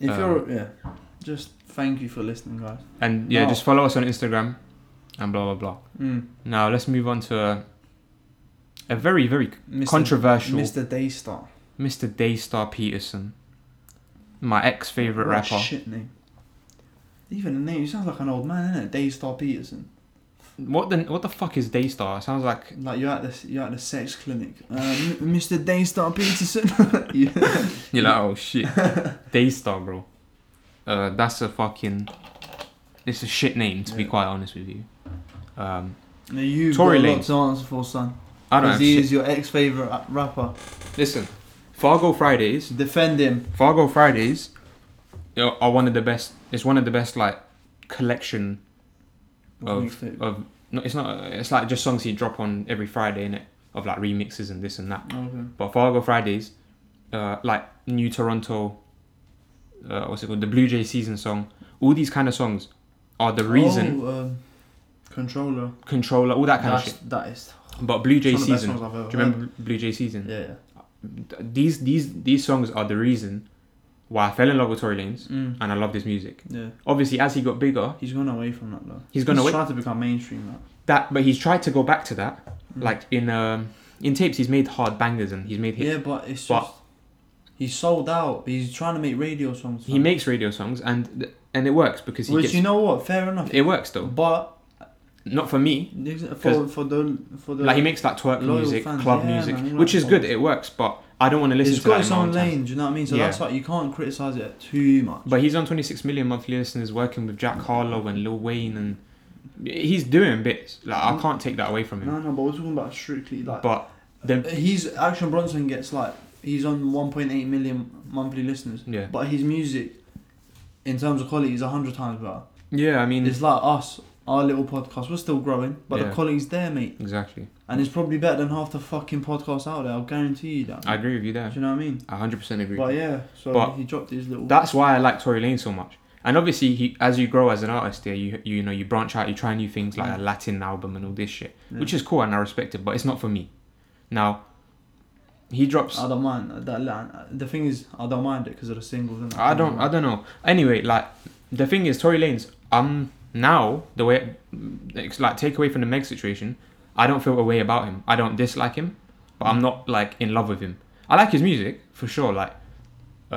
[SPEAKER 2] If
[SPEAKER 1] um,
[SPEAKER 2] you're yeah, just thank you for listening, guys.
[SPEAKER 1] And yeah,
[SPEAKER 2] No.
[SPEAKER 1] just follow us on Instagram and blah, blah, blah.
[SPEAKER 2] Mm.
[SPEAKER 1] Now, let's move on to a, a very, very
[SPEAKER 2] Mr.
[SPEAKER 1] controversial
[SPEAKER 2] Mr. Daystar.
[SPEAKER 1] Mr. Daystar Peterson, my ex favorite
[SPEAKER 2] What a
[SPEAKER 1] rapper.
[SPEAKER 2] Shit name. Even the name, he sounds like an old man, innit? Daystar Peterson.
[SPEAKER 1] What the what the fuck is Daystar? It sounds like
[SPEAKER 2] Like you're at the you're at the sex clinic. Uh, M- Mr. Daystar Peterson. Yeah.
[SPEAKER 1] you're like oh shit, Daystar, bro. Uh, that's a fucking. It's a shit name to be
[SPEAKER 2] Yeah.
[SPEAKER 1] quite honest with you. Um,
[SPEAKER 2] Now you've
[SPEAKER 1] Tory
[SPEAKER 2] got a
[SPEAKER 1] Lane.
[SPEAKER 2] lot to answer for, son.
[SPEAKER 1] I don't
[SPEAKER 2] Because
[SPEAKER 1] have
[SPEAKER 2] he
[SPEAKER 1] shit.
[SPEAKER 2] is your ex favorite rapper.
[SPEAKER 1] Listen, Fargo Fridays.
[SPEAKER 2] Defend him.
[SPEAKER 1] Fargo Fridays are are one of the best. It's one of the best like collection of
[SPEAKER 2] Mixtape.
[SPEAKER 1] of. No, it's not. It's like just songs he drop on every Friday in it of like remixes and this and that.
[SPEAKER 2] Okay.
[SPEAKER 1] But Fargo Fridays, uh, like New Toronto, uh, what's it called? The Blue Jay season song. All these kind of songs are the reason
[SPEAKER 2] Oh, um, controller.
[SPEAKER 1] controller, all that kind
[SPEAKER 2] That's,
[SPEAKER 1] of shit.
[SPEAKER 2] That is.
[SPEAKER 1] But Blue Jay
[SPEAKER 2] one of the best
[SPEAKER 1] season.
[SPEAKER 2] songs I've ever
[SPEAKER 1] Do you remember Blue Jay season?
[SPEAKER 2] heard. Yeah. yeah.
[SPEAKER 1] Th- These these these songs are the reason why I fell in love with Tory Lanez
[SPEAKER 2] Mm.
[SPEAKER 1] and I loved his music.
[SPEAKER 2] Yeah.
[SPEAKER 1] Obviously, as he got bigger,
[SPEAKER 2] He's gone away from that though.
[SPEAKER 1] Mm. he's gonna
[SPEAKER 2] he's
[SPEAKER 1] wait
[SPEAKER 2] trying to become mainstream now.
[SPEAKER 1] that, but he's tried to go back to that.
[SPEAKER 2] Mm.
[SPEAKER 1] Like in um in tapes, he's made hard bangers and he's made hits.
[SPEAKER 2] Yeah, but it's
[SPEAKER 1] But-
[SPEAKER 2] just he's sold out. He's trying to make radio songs.
[SPEAKER 1] He
[SPEAKER 2] fam.
[SPEAKER 1] makes radio songs and th- and it works because he
[SPEAKER 2] which
[SPEAKER 1] gets
[SPEAKER 2] you know what, fair enough.
[SPEAKER 1] it works though.
[SPEAKER 2] But
[SPEAKER 1] Not for me,
[SPEAKER 2] for for the for the
[SPEAKER 1] like he makes like twerk
[SPEAKER 2] loyal
[SPEAKER 1] music,
[SPEAKER 2] fans,
[SPEAKER 1] club
[SPEAKER 2] yeah,
[SPEAKER 1] music,
[SPEAKER 2] man, all
[SPEAKER 1] which
[SPEAKER 2] that
[SPEAKER 1] is good.
[SPEAKER 2] bollocks.
[SPEAKER 1] It works, but I don't want to listen
[SPEAKER 2] it's
[SPEAKER 1] to that.
[SPEAKER 2] got
[SPEAKER 1] in
[SPEAKER 2] its
[SPEAKER 1] my
[SPEAKER 2] own
[SPEAKER 1] own time.
[SPEAKER 2] lane. Do you know what I mean? So
[SPEAKER 1] Yeah.
[SPEAKER 2] that's like you can't criticize it too much.
[SPEAKER 1] But he's on 26 million monthly listeners, working with Jack Harlow and Lil Wayne, and he's doing bits. Like I can't take that away from him.
[SPEAKER 2] No, no. But we're talking about strictly like
[SPEAKER 1] But then,
[SPEAKER 2] he's Action Bronson gets like he's on 1.8 million monthly listeners,
[SPEAKER 1] yeah,
[SPEAKER 2] but his music, in terms of quality, is hundred times better.
[SPEAKER 1] yeah, I mean,
[SPEAKER 2] It's like us, our little podcast. We're still growing, but
[SPEAKER 1] Yeah.
[SPEAKER 2] the quality's there, mate.
[SPEAKER 1] exactly.
[SPEAKER 2] And it's probably better than half the fucking podcasts out there. I'll guarantee you that.
[SPEAKER 1] I agree with you there.
[SPEAKER 2] Do you know what I mean?
[SPEAKER 1] I 100% agree.
[SPEAKER 2] But yeah, so
[SPEAKER 1] But
[SPEAKER 2] he dropped his little.
[SPEAKER 1] That's why I like Tory Lane so much. And obviously, he, as you grow as an artist, yeah, you you know you branch out, you try new things like a
[SPEAKER 2] Mm.
[SPEAKER 1] Latin album and all this shit,
[SPEAKER 2] Yeah.
[SPEAKER 1] which is cool and I respect it, but it's not for me. Now, he drops.
[SPEAKER 2] I don't mind that. line. The thing is, I don't mind it because of the singles. innit?
[SPEAKER 1] I don't I don't know. Anyway, like the thing is Tory Lanez, um now the way it's like take away from the Meg situation, I don't feel a way about him. I don't dislike him, but I'm not like in love with him. I like his music for sure, like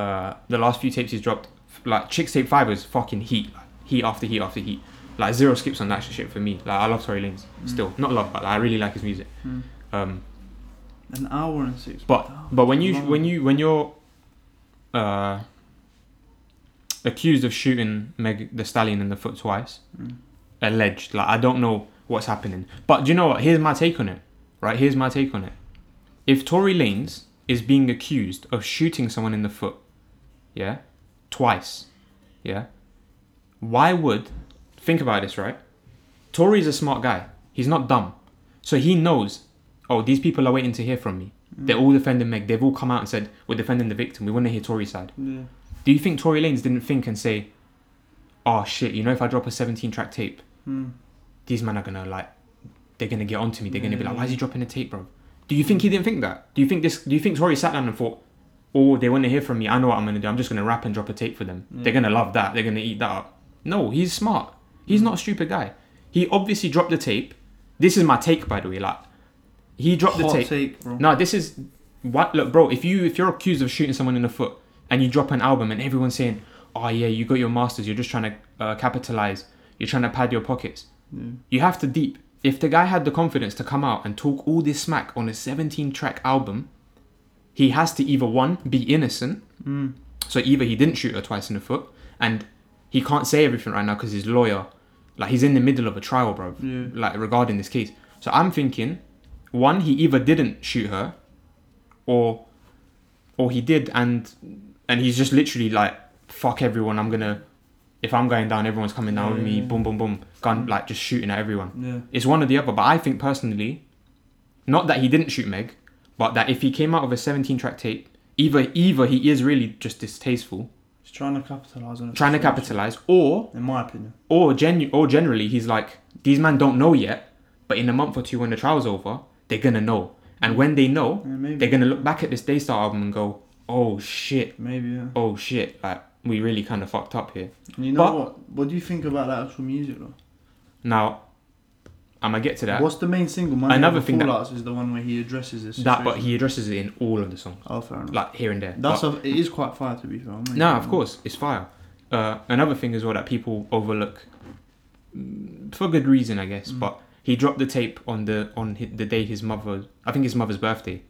[SPEAKER 1] uh the last few tapes he's dropped like Chicks Tape 5 was fucking heat, like, heat after heat after heat. Like zero skips on that shit for me. Like I love Tory Lanez still. Not love, but like, I really like his music.
[SPEAKER 2] Mm.
[SPEAKER 1] Um
[SPEAKER 2] An hour and six.
[SPEAKER 1] but
[SPEAKER 2] Damn,
[SPEAKER 1] but when
[SPEAKER 2] that's
[SPEAKER 1] you
[SPEAKER 2] long.
[SPEAKER 1] when you when you're uh, accused of shooting Meg the Stallion in the foot twice,
[SPEAKER 2] Mm.
[SPEAKER 1] alleged. Like I don't know what's happening. But do you know what? Here's my take on it. Right? Here's my take on it. If Tory Lanez is being accused of shooting someone in the foot, yeah, twice, yeah, why would? Think about this, right? Tory is a smart guy. He's not dumb, so he knows. Oh, these people are waiting to hear from me. They're all defending Meg. They've all come out and said, We're defending the victim. We want to hear Tory's side.
[SPEAKER 2] yeah.
[SPEAKER 1] Do you think Tory Lanez didn't think and say, Oh shit, you know, if I drop a 17 track tape,
[SPEAKER 2] Mm.
[SPEAKER 1] these men are going to like, they're going to get onto me. They're going to be like,
[SPEAKER 2] Yeah.
[SPEAKER 1] Why is he dropping a tape, bro? Do you think he didn't think that? Do you think this, do you think Tory sat down and thought, Oh, they want to hear from me. I know what I'm going to do. I'm just going to rap and drop a tape for them. They're
[SPEAKER 2] Yeah.
[SPEAKER 1] going to love that. They're going to eat that up. No, he's smart. He's not a stupid guy. He obviously dropped the tape. This is my take, by the way. Like, he dropped
[SPEAKER 2] Hot
[SPEAKER 1] the tape.
[SPEAKER 2] bro.
[SPEAKER 1] No, this is what look, bro. If you if you're accused of shooting someone in the foot and you drop an album and everyone's saying, "Oh yeah, you got your masters. You're just trying to uh, capitalize. You're trying to pad your pockets."
[SPEAKER 2] Yeah.
[SPEAKER 1] You have to deep. If the guy had the confidence to come out and talk all this smack on a 17 track album, he has to either one be innocent.
[SPEAKER 2] Mm.
[SPEAKER 1] So either he didn't shoot her twice in the foot and he can't say everything right now because his lawyer Like he's in the middle of a trial, bro.
[SPEAKER 2] Yeah.
[SPEAKER 1] Like regarding this case. So I'm thinking, one, he either didn't shoot her, or, or he did, and and he's just literally like, fuck everyone. I'm gonna, if I'm going down, everyone's coming down with me.
[SPEAKER 2] Yeah.
[SPEAKER 1] Boom, boom, boom. Gun like just shooting at everyone.
[SPEAKER 2] Yeah.
[SPEAKER 1] It's one or the other. But I think personally, not that he didn't shoot Meg, but that if he came out of a 17 track tape, either either he is really just distasteful,
[SPEAKER 2] He's trying to capitalize on it.
[SPEAKER 1] trying to capitalize, or
[SPEAKER 2] In my opinion.
[SPEAKER 1] or genu- or generally he's like these men don't know yet, but in a month or two when the trial's over, they're gonna know, and when they know,
[SPEAKER 2] Yeah, maybe.
[SPEAKER 1] they're gonna look back at this Daystar album and go, oh shit,
[SPEAKER 2] Maybe, yeah.
[SPEAKER 1] oh shit, like we really kind of fucked up here.
[SPEAKER 2] And you know
[SPEAKER 1] But-
[SPEAKER 2] what? What do you think about that actual music, though?
[SPEAKER 1] Now, I'm gonna get to that.
[SPEAKER 2] What's the main single? My
[SPEAKER 1] Another
[SPEAKER 2] Another
[SPEAKER 1] thing
[SPEAKER 2] thing
[SPEAKER 1] that-
[SPEAKER 2] Fallouts is the one where he addresses this.
[SPEAKER 1] That, but
[SPEAKER 2] situation.
[SPEAKER 1] he addresses it in all of the songs,
[SPEAKER 2] Oh, fair enough.
[SPEAKER 1] like here and there.
[SPEAKER 2] That's a, it is quite fire to be fair. I'm not
[SPEAKER 1] No,
[SPEAKER 2] even-
[SPEAKER 1] of course, it's fire. Uh, another thing as well that people overlook mm, for good reason, I guess.
[SPEAKER 2] Mm.
[SPEAKER 1] But he dropped the tape on the on hi the day his mother, I think his mother's birthday.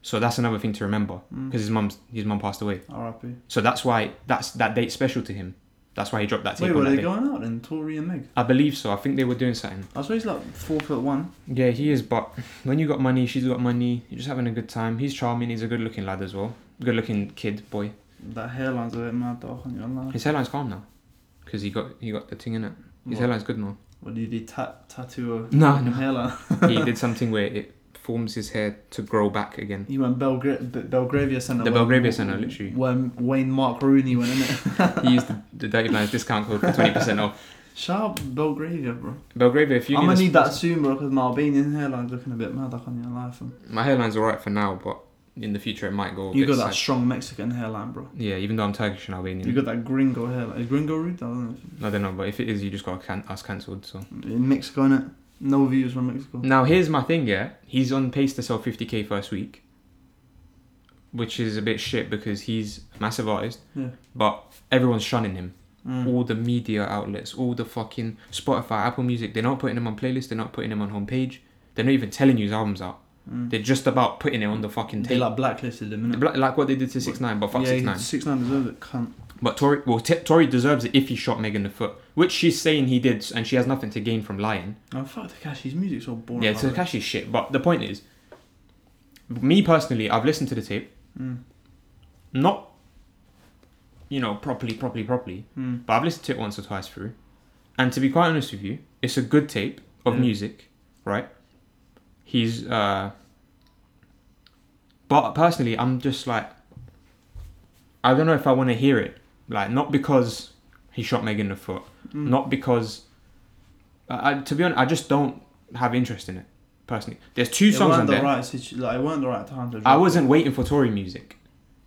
[SPEAKER 1] So that's another thing to remember
[SPEAKER 2] Mm.
[SPEAKER 1] because his mum's his mum passed away.
[SPEAKER 2] R.I.P.
[SPEAKER 1] So that's why that's that date's special to him. That's why he dropped that tape
[SPEAKER 2] Wait,
[SPEAKER 1] on
[SPEAKER 2] were
[SPEAKER 1] that
[SPEAKER 2] they
[SPEAKER 1] day.
[SPEAKER 2] going out then? Tori and Meg.
[SPEAKER 1] I believe so. I think they were doing something.
[SPEAKER 2] I saw he's like four foot one.
[SPEAKER 1] Yeah, he is. But when you got money, she's got money. You're just having a good time. He's charming. He's a good-looking lad as well. Good-looking kid boy.
[SPEAKER 2] That hairline's a bit mad though. I can't even lie.
[SPEAKER 1] His hairline's calm now because he got he got the thing in it. His
[SPEAKER 2] What,
[SPEAKER 1] hairline's good now.
[SPEAKER 2] what did he ta- tattoo?
[SPEAKER 1] No,
[SPEAKER 2] A
[SPEAKER 1] no.
[SPEAKER 2] hairline.
[SPEAKER 1] he did something where it forms his hair to grow back again.
[SPEAKER 2] He went Belgra- B- Belgravia Centre.
[SPEAKER 1] The
[SPEAKER 2] when-
[SPEAKER 1] Belgravia Centre, literally.
[SPEAKER 2] When Wayne Mark Rooney went in it.
[SPEAKER 1] He used the, the Dirty Lines discount code for twenty percent off.
[SPEAKER 2] Shout out Belgravia, bro.
[SPEAKER 1] Belgravia, if you
[SPEAKER 2] I'm
[SPEAKER 1] need,
[SPEAKER 2] gonna
[SPEAKER 1] a
[SPEAKER 2] need that
[SPEAKER 1] sponsor-
[SPEAKER 2] soon, bro, because my Albanian hairline's looking a bit mad. I can't even lie for him.
[SPEAKER 1] My hairline's alright for now, but in the future it might go. A
[SPEAKER 2] You
[SPEAKER 1] bit
[SPEAKER 2] got that
[SPEAKER 1] sad.
[SPEAKER 2] strong Mexican hairline, bro.
[SPEAKER 1] yeah, even though I'm Turkish and
[SPEAKER 2] You
[SPEAKER 1] Albanian,
[SPEAKER 2] got that gringo hairline. Is gringo rude? I don't know.
[SPEAKER 1] I don't know. But if it is, you just got can- us cancelled. So
[SPEAKER 2] In Mexico, innit? No views from Mexico.
[SPEAKER 1] now here's my thing. Yeah, he's on pace to sell fifty k first week, which is a bit shit because he's a massive artist.
[SPEAKER 2] Yeah.
[SPEAKER 1] But everyone's shunning him.
[SPEAKER 2] Mm.
[SPEAKER 1] all the media outlets, all the fucking Spotify, Apple Music, they're not putting them on playlists, they're not putting them on homepage. They're not even telling you his album's out.
[SPEAKER 2] Mm.
[SPEAKER 1] They're just about putting it on the fucking
[SPEAKER 2] They
[SPEAKER 1] tape.
[SPEAKER 2] like blacklisted him, innit?
[SPEAKER 1] Like, like what they did to Six Nine, but fuck
[SPEAKER 2] yeah,
[SPEAKER 1] Six Nine.
[SPEAKER 2] Six Nine deserves it. Cunt.
[SPEAKER 1] But Tory, well, t- Tory deserves it if he shot Meg in the foot, which she's saying he did, and she has nothing to gain from lying.
[SPEAKER 2] Oh fuck Takashi's music's all boring.
[SPEAKER 1] Yeah,
[SPEAKER 2] by the way.
[SPEAKER 1] Takashi's shit. But the point is, me personally, I've listened to the tape,
[SPEAKER 2] Mm.
[SPEAKER 1] not, you know, properly, properly, properly.
[SPEAKER 2] Mm.
[SPEAKER 1] but I've listened to it once or twice through. And to be quite honest with you, it's a good tape of
[SPEAKER 2] Yeah.
[SPEAKER 1] music, right? He's uh but personally I'm just like I don't know if I want to hear it. Like not because he shot Meg in the foot,
[SPEAKER 2] Mm.
[SPEAKER 1] not because I, I, to be honest, I just don't have interest in it personally. There's two
[SPEAKER 2] It
[SPEAKER 1] songs
[SPEAKER 2] weren't
[SPEAKER 1] on
[SPEAKER 2] the
[SPEAKER 1] there.
[SPEAKER 2] right situ- like it weren't the right time to.
[SPEAKER 1] I
[SPEAKER 2] drop
[SPEAKER 1] wasn't waiting for Tory music.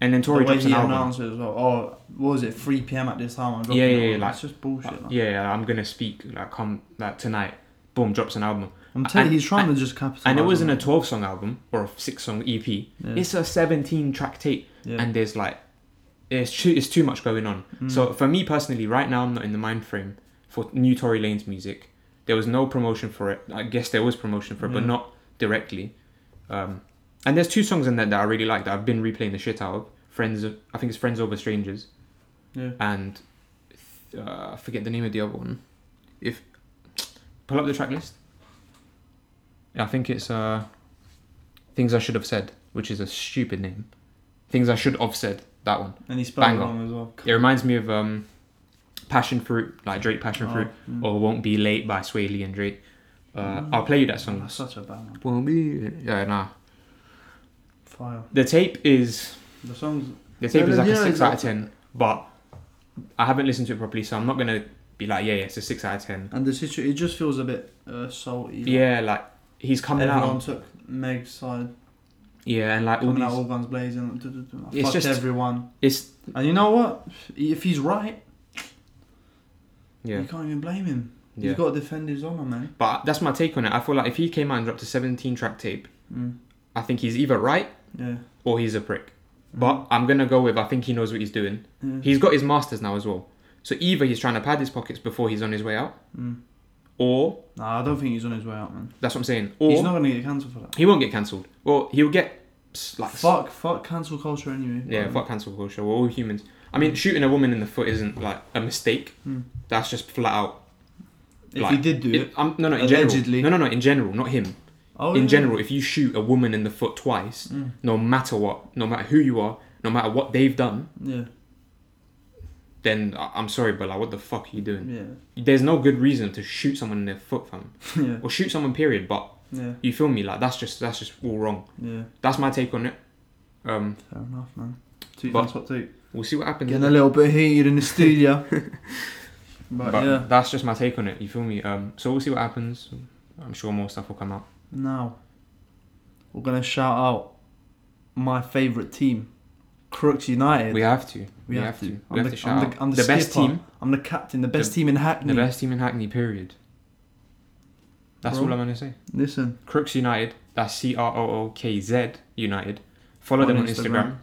[SPEAKER 1] And then
[SPEAKER 2] it.
[SPEAKER 1] Tory
[SPEAKER 2] the way
[SPEAKER 1] drops an
[SPEAKER 2] he
[SPEAKER 1] album.
[SPEAKER 2] announced it as well. Oh, what was it? 3 p.m. at this time. I'm dropping
[SPEAKER 1] Yeah,
[SPEAKER 2] it.
[SPEAKER 1] yeah, yeah,
[SPEAKER 2] That's
[SPEAKER 1] like-
[SPEAKER 2] just bullshit. like.
[SPEAKER 1] yeah, yeah, I'm gonna speak like come like tonight. Boom, drops an album.
[SPEAKER 2] I'm telling
[SPEAKER 1] and-
[SPEAKER 2] you, he's trying to just capitalize.
[SPEAKER 1] and it wasn't
[SPEAKER 2] on
[SPEAKER 1] a 12 song album or a 6 song EP
[SPEAKER 2] Yeah.
[SPEAKER 1] it's a 17 track tape
[SPEAKER 2] Mm. yeah.
[SPEAKER 1] and there's like it's too, it's too much going on
[SPEAKER 2] Mm.
[SPEAKER 1] so for me personally right now I'm not in the mind frame for new Tory Lanez music there was no promotion for it I guess there was promotion for it but
[SPEAKER 2] Yeah.
[SPEAKER 1] not directly um, and there's two songs in there that I really like that I've been replaying the shit out of Friends I think it's Friends Over Strangers
[SPEAKER 2] yeah.
[SPEAKER 1] and uh, I forget the name of the other one if pull up the track list I think it's uh, Things I Should Have Said, which is a stupid name. Things I Should Have Said, that one.
[SPEAKER 2] And he spelled it
[SPEAKER 1] Banger.
[SPEAKER 2] wrong as well.
[SPEAKER 1] It reminds me of um, Passion Fruit, like Drake Passion Fruit,
[SPEAKER 2] Oh, mm.
[SPEAKER 1] or Won't Be Late by Swae Lee and Drake. Uh, I'll play you that song.
[SPEAKER 2] That's such a bad one.
[SPEAKER 1] Won't be. Yeah, nah.
[SPEAKER 2] Fire.
[SPEAKER 1] The tape is
[SPEAKER 2] The songs.
[SPEAKER 1] the tape
[SPEAKER 2] Yeah,
[SPEAKER 1] is like
[SPEAKER 2] yeah,
[SPEAKER 1] a six out of
[SPEAKER 2] exactly.
[SPEAKER 1] ten, but I haven't listened to it properly, so I'm not gonna be like, yeah, yeah, it's a six out of ten.
[SPEAKER 2] And the situ it just feels a bit uh, salty. like,
[SPEAKER 1] Yeah, like he's coming
[SPEAKER 2] Everyone
[SPEAKER 1] out.
[SPEAKER 2] took Meg's side.
[SPEAKER 1] Yeah, and like all
[SPEAKER 2] Coming out all
[SPEAKER 1] these.
[SPEAKER 2] guns blazing. duh, duh, duh,
[SPEAKER 1] It's
[SPEAKER 2] Fuck
[SPEAKER 1] just-
[SPEAKER 2] everyone.
[SPEAKER 1] It's
[SPEAKER 2] And you know what? If he's right,
[SPEAKER 1] yeah,
[SPEAKER 2] you can't even blame him.
[SPEAKER 1] yeah.
[SPEAKER 2] He's got to defend his honor, man.
[SPEAKER 1] But that's my take on it. I feel like if he came out and dropped a 17 track tape,
[SPEAKER 2] Mm.
[SPEAKER 1] I think he's either right
[SPEAKER 2] Yeah. Mm.
[SPEAKER 1] or he's a prick. But I'm gonna go with I think he knows what he's doing.
[SPEAKER 2] Yeah.
[SPEAKER 1] He's got his masters now as well. So either he's trying to pad his pockets before he's on his way out,
[SPEAKER 2] Mm.
[SPEAKER 1] or
[SPEAKER 2] Nah, I don't think he's on his way out, man.
[SPEAKER 1] that's what I'm saying. Or
[SPEAKER 2] he's not gonna get cancelled for that.
[SPEAKER 1] he won't get cancelled. Well, he'll get s- like s-
[SPEAKER 2] fuck, Mm. fuck cancel culture anyway. Um,
[SPEAKER 1] Yeah,
[SPEAKER 2] Like,
[SPEAKER 1] fuck cancel culture. We're all humans. I mean, shooting a woman in the foot isn't like a mistake.
[SPEAKER 2] Mm.
[SPEAKER 1] That's just flat out
[SPEAKER 2] If
[SPEAKER 1] Like,
[SPEAKER 2] he did do
[SPEAKER 1] In-
[SPEAKER 2] it,
[SPEAKER 1] um, no, no, in
[SPEAKER 2] Allegedly.
[SPEAKER 1] general. No, no, no, in general, not him.
[SPEAKER 2] oh,
[SPEAKER 1] in
[SPEAKER 2] yeah.
[SPEAKER 1] general, if you shoot a woman in the foot twice,
[SPEAKER 2] Mm.
[SPEAKER 1] no matter what, no matter who you are, no matter what they've done,
[SPEAKER 2] yeah,
[SPEAKER 1] then I- I'm sorry, but like, what the fuck are you doing?
[SPEAKER 2] yeah,
[SPEAKER 1] There's no good reason to shoot someone in their foot, fam,
[SPEAKER 2] yeah,
[SPEAKER 1] or shoot someone. Period. But
[SPEAKER 2] yeah,
[SPEAKER 1] you feel me? Like that's just that's just all wrong.
[SPEAKER 2] yeah.
[SPEAKER 1] That's my take on it. Um,
[SPEAKER 2] Fair enough, man. Two
[SPEAKER 1] But-
[SPEAKER 2] that's what two.
[SPEAKER 1] we'll see what happens.
[SPEAKER 2] Getting a little bit heated in the studio. but,
[SPEAKER 1] but
[SPEAKER 2] yeah,
[SPEAKER 1] that's just my take on it. You feel me? Um, so we'll see what happens. I'm sure more stuff will come out.
[SPEAKER 2] now we're gonna shout out my favourite team, Crooks United.
[SPEAKER 1] We have to. We,
[SPEAKER 2] We
[SPEAKER 1] have,
[SPEAKER 2] have
[SPEAKER 1] to.
[SPEAKER 2] to.
[SPEAKER 1] We
[SPEAKER 2] I'm
[SPEAKER 1] have
[SPEAKER 2] the-
[SPEAKER 1] to shout
[SPEAKER 2] I'm the-
[SPEAKER 1] out
[SPEAKER 2] I'm the
[SPEAKER 1] best
[SPEAKER 2] skipper.
[SPEAKER 1] team.
[SPEAKER 2] I'm the captain, the best team in Hackney.
[SPEAKER 1] The best team in Hackney. Period. That's
[SPEAKER 2] Bro.
[SPEAKER 1] all I'm gonna say.
[SPEAKER 2] Listen,
[SPEAKER 1] Crooks United. That's C R O O K Z United. Follow
[SPEAKER 2] On
[SPEAKER 1] them on
[SPEAKER 2] Instagram.
[SPEAKER 1] Instagram.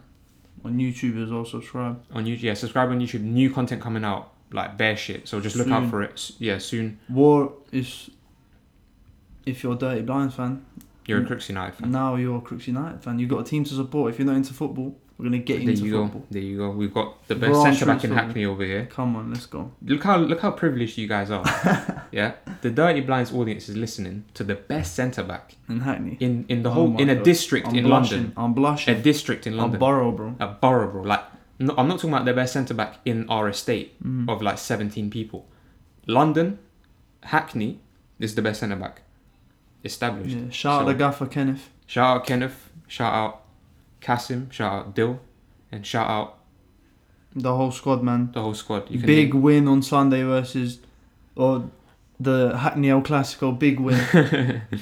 [SPEAKER 2] on YouTube as well, subscribe.
[SPEAKER 1] On YouTube, yeah. Subscribe on YouTube. New content coming out, like bare shit. So just look
[SPEAKER 2] Soon.
[SPEAKER 1] out for it. S- Yeah, soon.
[SPEAKER 2] War is. If you're a Dirty Blinds fan,
[SPEAKER 1] You're a
[SPEAKER 2] Mm.
[SPEAKER 1] Crooks United fan.
[SPEAKER 2] now you're a Crooks United fan. You've got a team to support. If you're not into football, we're gonna get
[SPEAKER 1] there
[SPEAKER 2] into
[SPEAKER 1] you
[SPEAKER 2] football.
[SPEAKER 1] go. There you go. We've got the best
[SPEAKER 2] Grassroots
[SPEAKER 1] centre back in
[SPEAKER 2] football.
[SPEAKER 1] Hackney over here.
[SPEAKER 2] Come on, let's go.
[SPEAKER 1] Look how look how privileged you guys are. yeah, the Dirty Blinds audience is listening to the best centre back
[SPEAKER 2] In Hackney.
[SPEAKER 1] in in the
[SPEAKER 2] Oh
[SPEAKER 1] whole
[SPEAKER 2] my
[SPEAKER 1] in a
[SPEAKER 2] God.
[SPEAKER 1] district
[SPEAKER 2] I'm
[SPEAKER 1] in
[SPEAKER 2] blushing.
[SPEAKER 1] London.
[SPEAKER 2] I'm
[SPEAKER 1] A
[SPEAKER 2] blushing.
[SPEAKER 1] district in
[SPEAKER 2] I'm
[SPEAKER 1] London.
[SPEAKER 2] borough, bro.
[SPEAKER 1] a borough, bro. Like, no, I'm not talking about the best centre back in our estate
[SPEAKER 2] Mm.
[SPEAKER 1] of like 17 people. London, Hackney is the best centre back. Established.
[SPEAKER 2] Yeah, shout out
[SPEAKER 1] So-
[SPEAKER 2] to Gaffer Kenneth.
[SPEAKER 1] Shout out Kenneth. Shout out Kasim. Shout out Dill. And shout out
[SPEAKER 2] The whole squad, man.
[SPEAKER 1] the whole squad.
[SPEAKER 2] Big win on Sunday versus, or the Hackney El Clasico. Big win.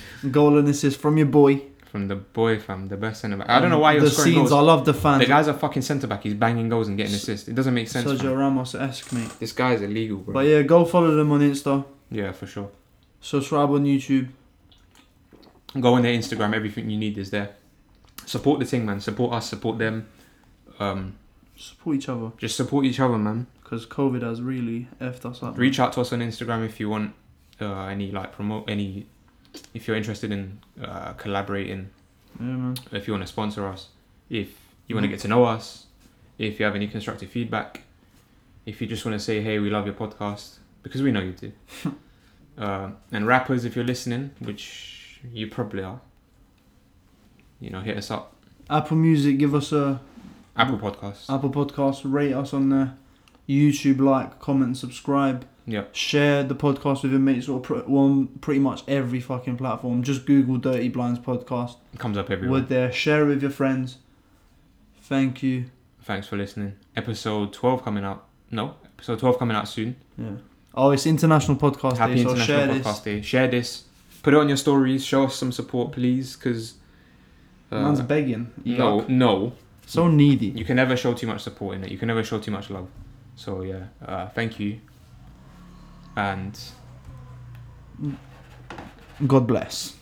[SPEAKER 2] Goal and assist from your boy.
[SPEAKER 1] From the boy fam, the best centre back. I don't know why you're
[SPEAKER 2] the
[SPEAKER 1] scoring
[SPEAKER 2] scenes. I
[SPEAKER 1] goals.
[SPEAKER 2] love the fans.
[SPEAKER 1] The guy's a fucking centre back. He's banging goals and getting assists. It doesn't make sense. fam.
[SPEAKER 2] Sergio Ramos esque, mate.
[SPEAKER 1] This guy's illegal, bro.
[SPEAKER 2] But yeah, go follow them on Insta.
[SPEAKER 1] yeah, for sure.
[SPEAKER 2] Subscribe on YouTube.
[SPEAKER 1] go on their Instagram. Everything you need is there. Support the thing, man. Support us. Support them. Um,
[SPEAKER 2] Support each other
[SPEAKER 1] just support each other, man.
[SPEAKER 2] because COVID has really effed us up.
[SPEAKER 1] Reach out to us on Instagram if you want uh, any like promote any. If you're interested in uh, collaborating,
[SPEAKER 2] Yeah, man.
[SPEAKER 1] if you want to sponsor us, if you want to
[SPEAKER 2] Mhm.
[SPEAKER 1] get to know us, if you have any constructive feedback, if you just want to say, "Hey, we love your podcast," because we know you do. uh, and rappers, if you're listening, which you probably are, you know, hit us up.
[SPEAKER 2] Apple Music, give us a
[SPEAKER 1] Apple Podcasts.
[SPEAKER 2] Apple Podcast, rate us on there. YouTube, like, comment, subscribe.
[SPEAKER 1] Yeah.
[SPEAKER 2] Share the podcast with your mates or pr- on pretty much every fucking platform. Just Google Dirty Blinds Podcast.
[SPEAKER 1] It comes up everywhere.
[SPEAKER 2] We're there. Share it with your friends. Thank you.
[SPEAKER 1] Thanks for listening. Episode 12 coming out. No, episode 12 coming out soon.
[SPEAKER 2] Yeah. Oh, it's International Podcast
[SPEAKER 1] Happy
[SPEAKER 2] Day, so share
[SPEAKER 1] International
[SPEAKER 2] this.
[SPEAKER 1] Podcast Day. Share this. Put it on your stories. Show us some support, please, because.
[SPEAKER 2] Man's begging.
[SPEAKER 1] Uh, no,
[SPEAKER 2] Yuck.
[SPEAKER 1] no.
[SPEAKER 2] So needy.
[SPEAKER 1] You can never show too much support in it. You can never show too much love. So, yeah, uh, thank you. And.
[SPEAKER 2] God bless.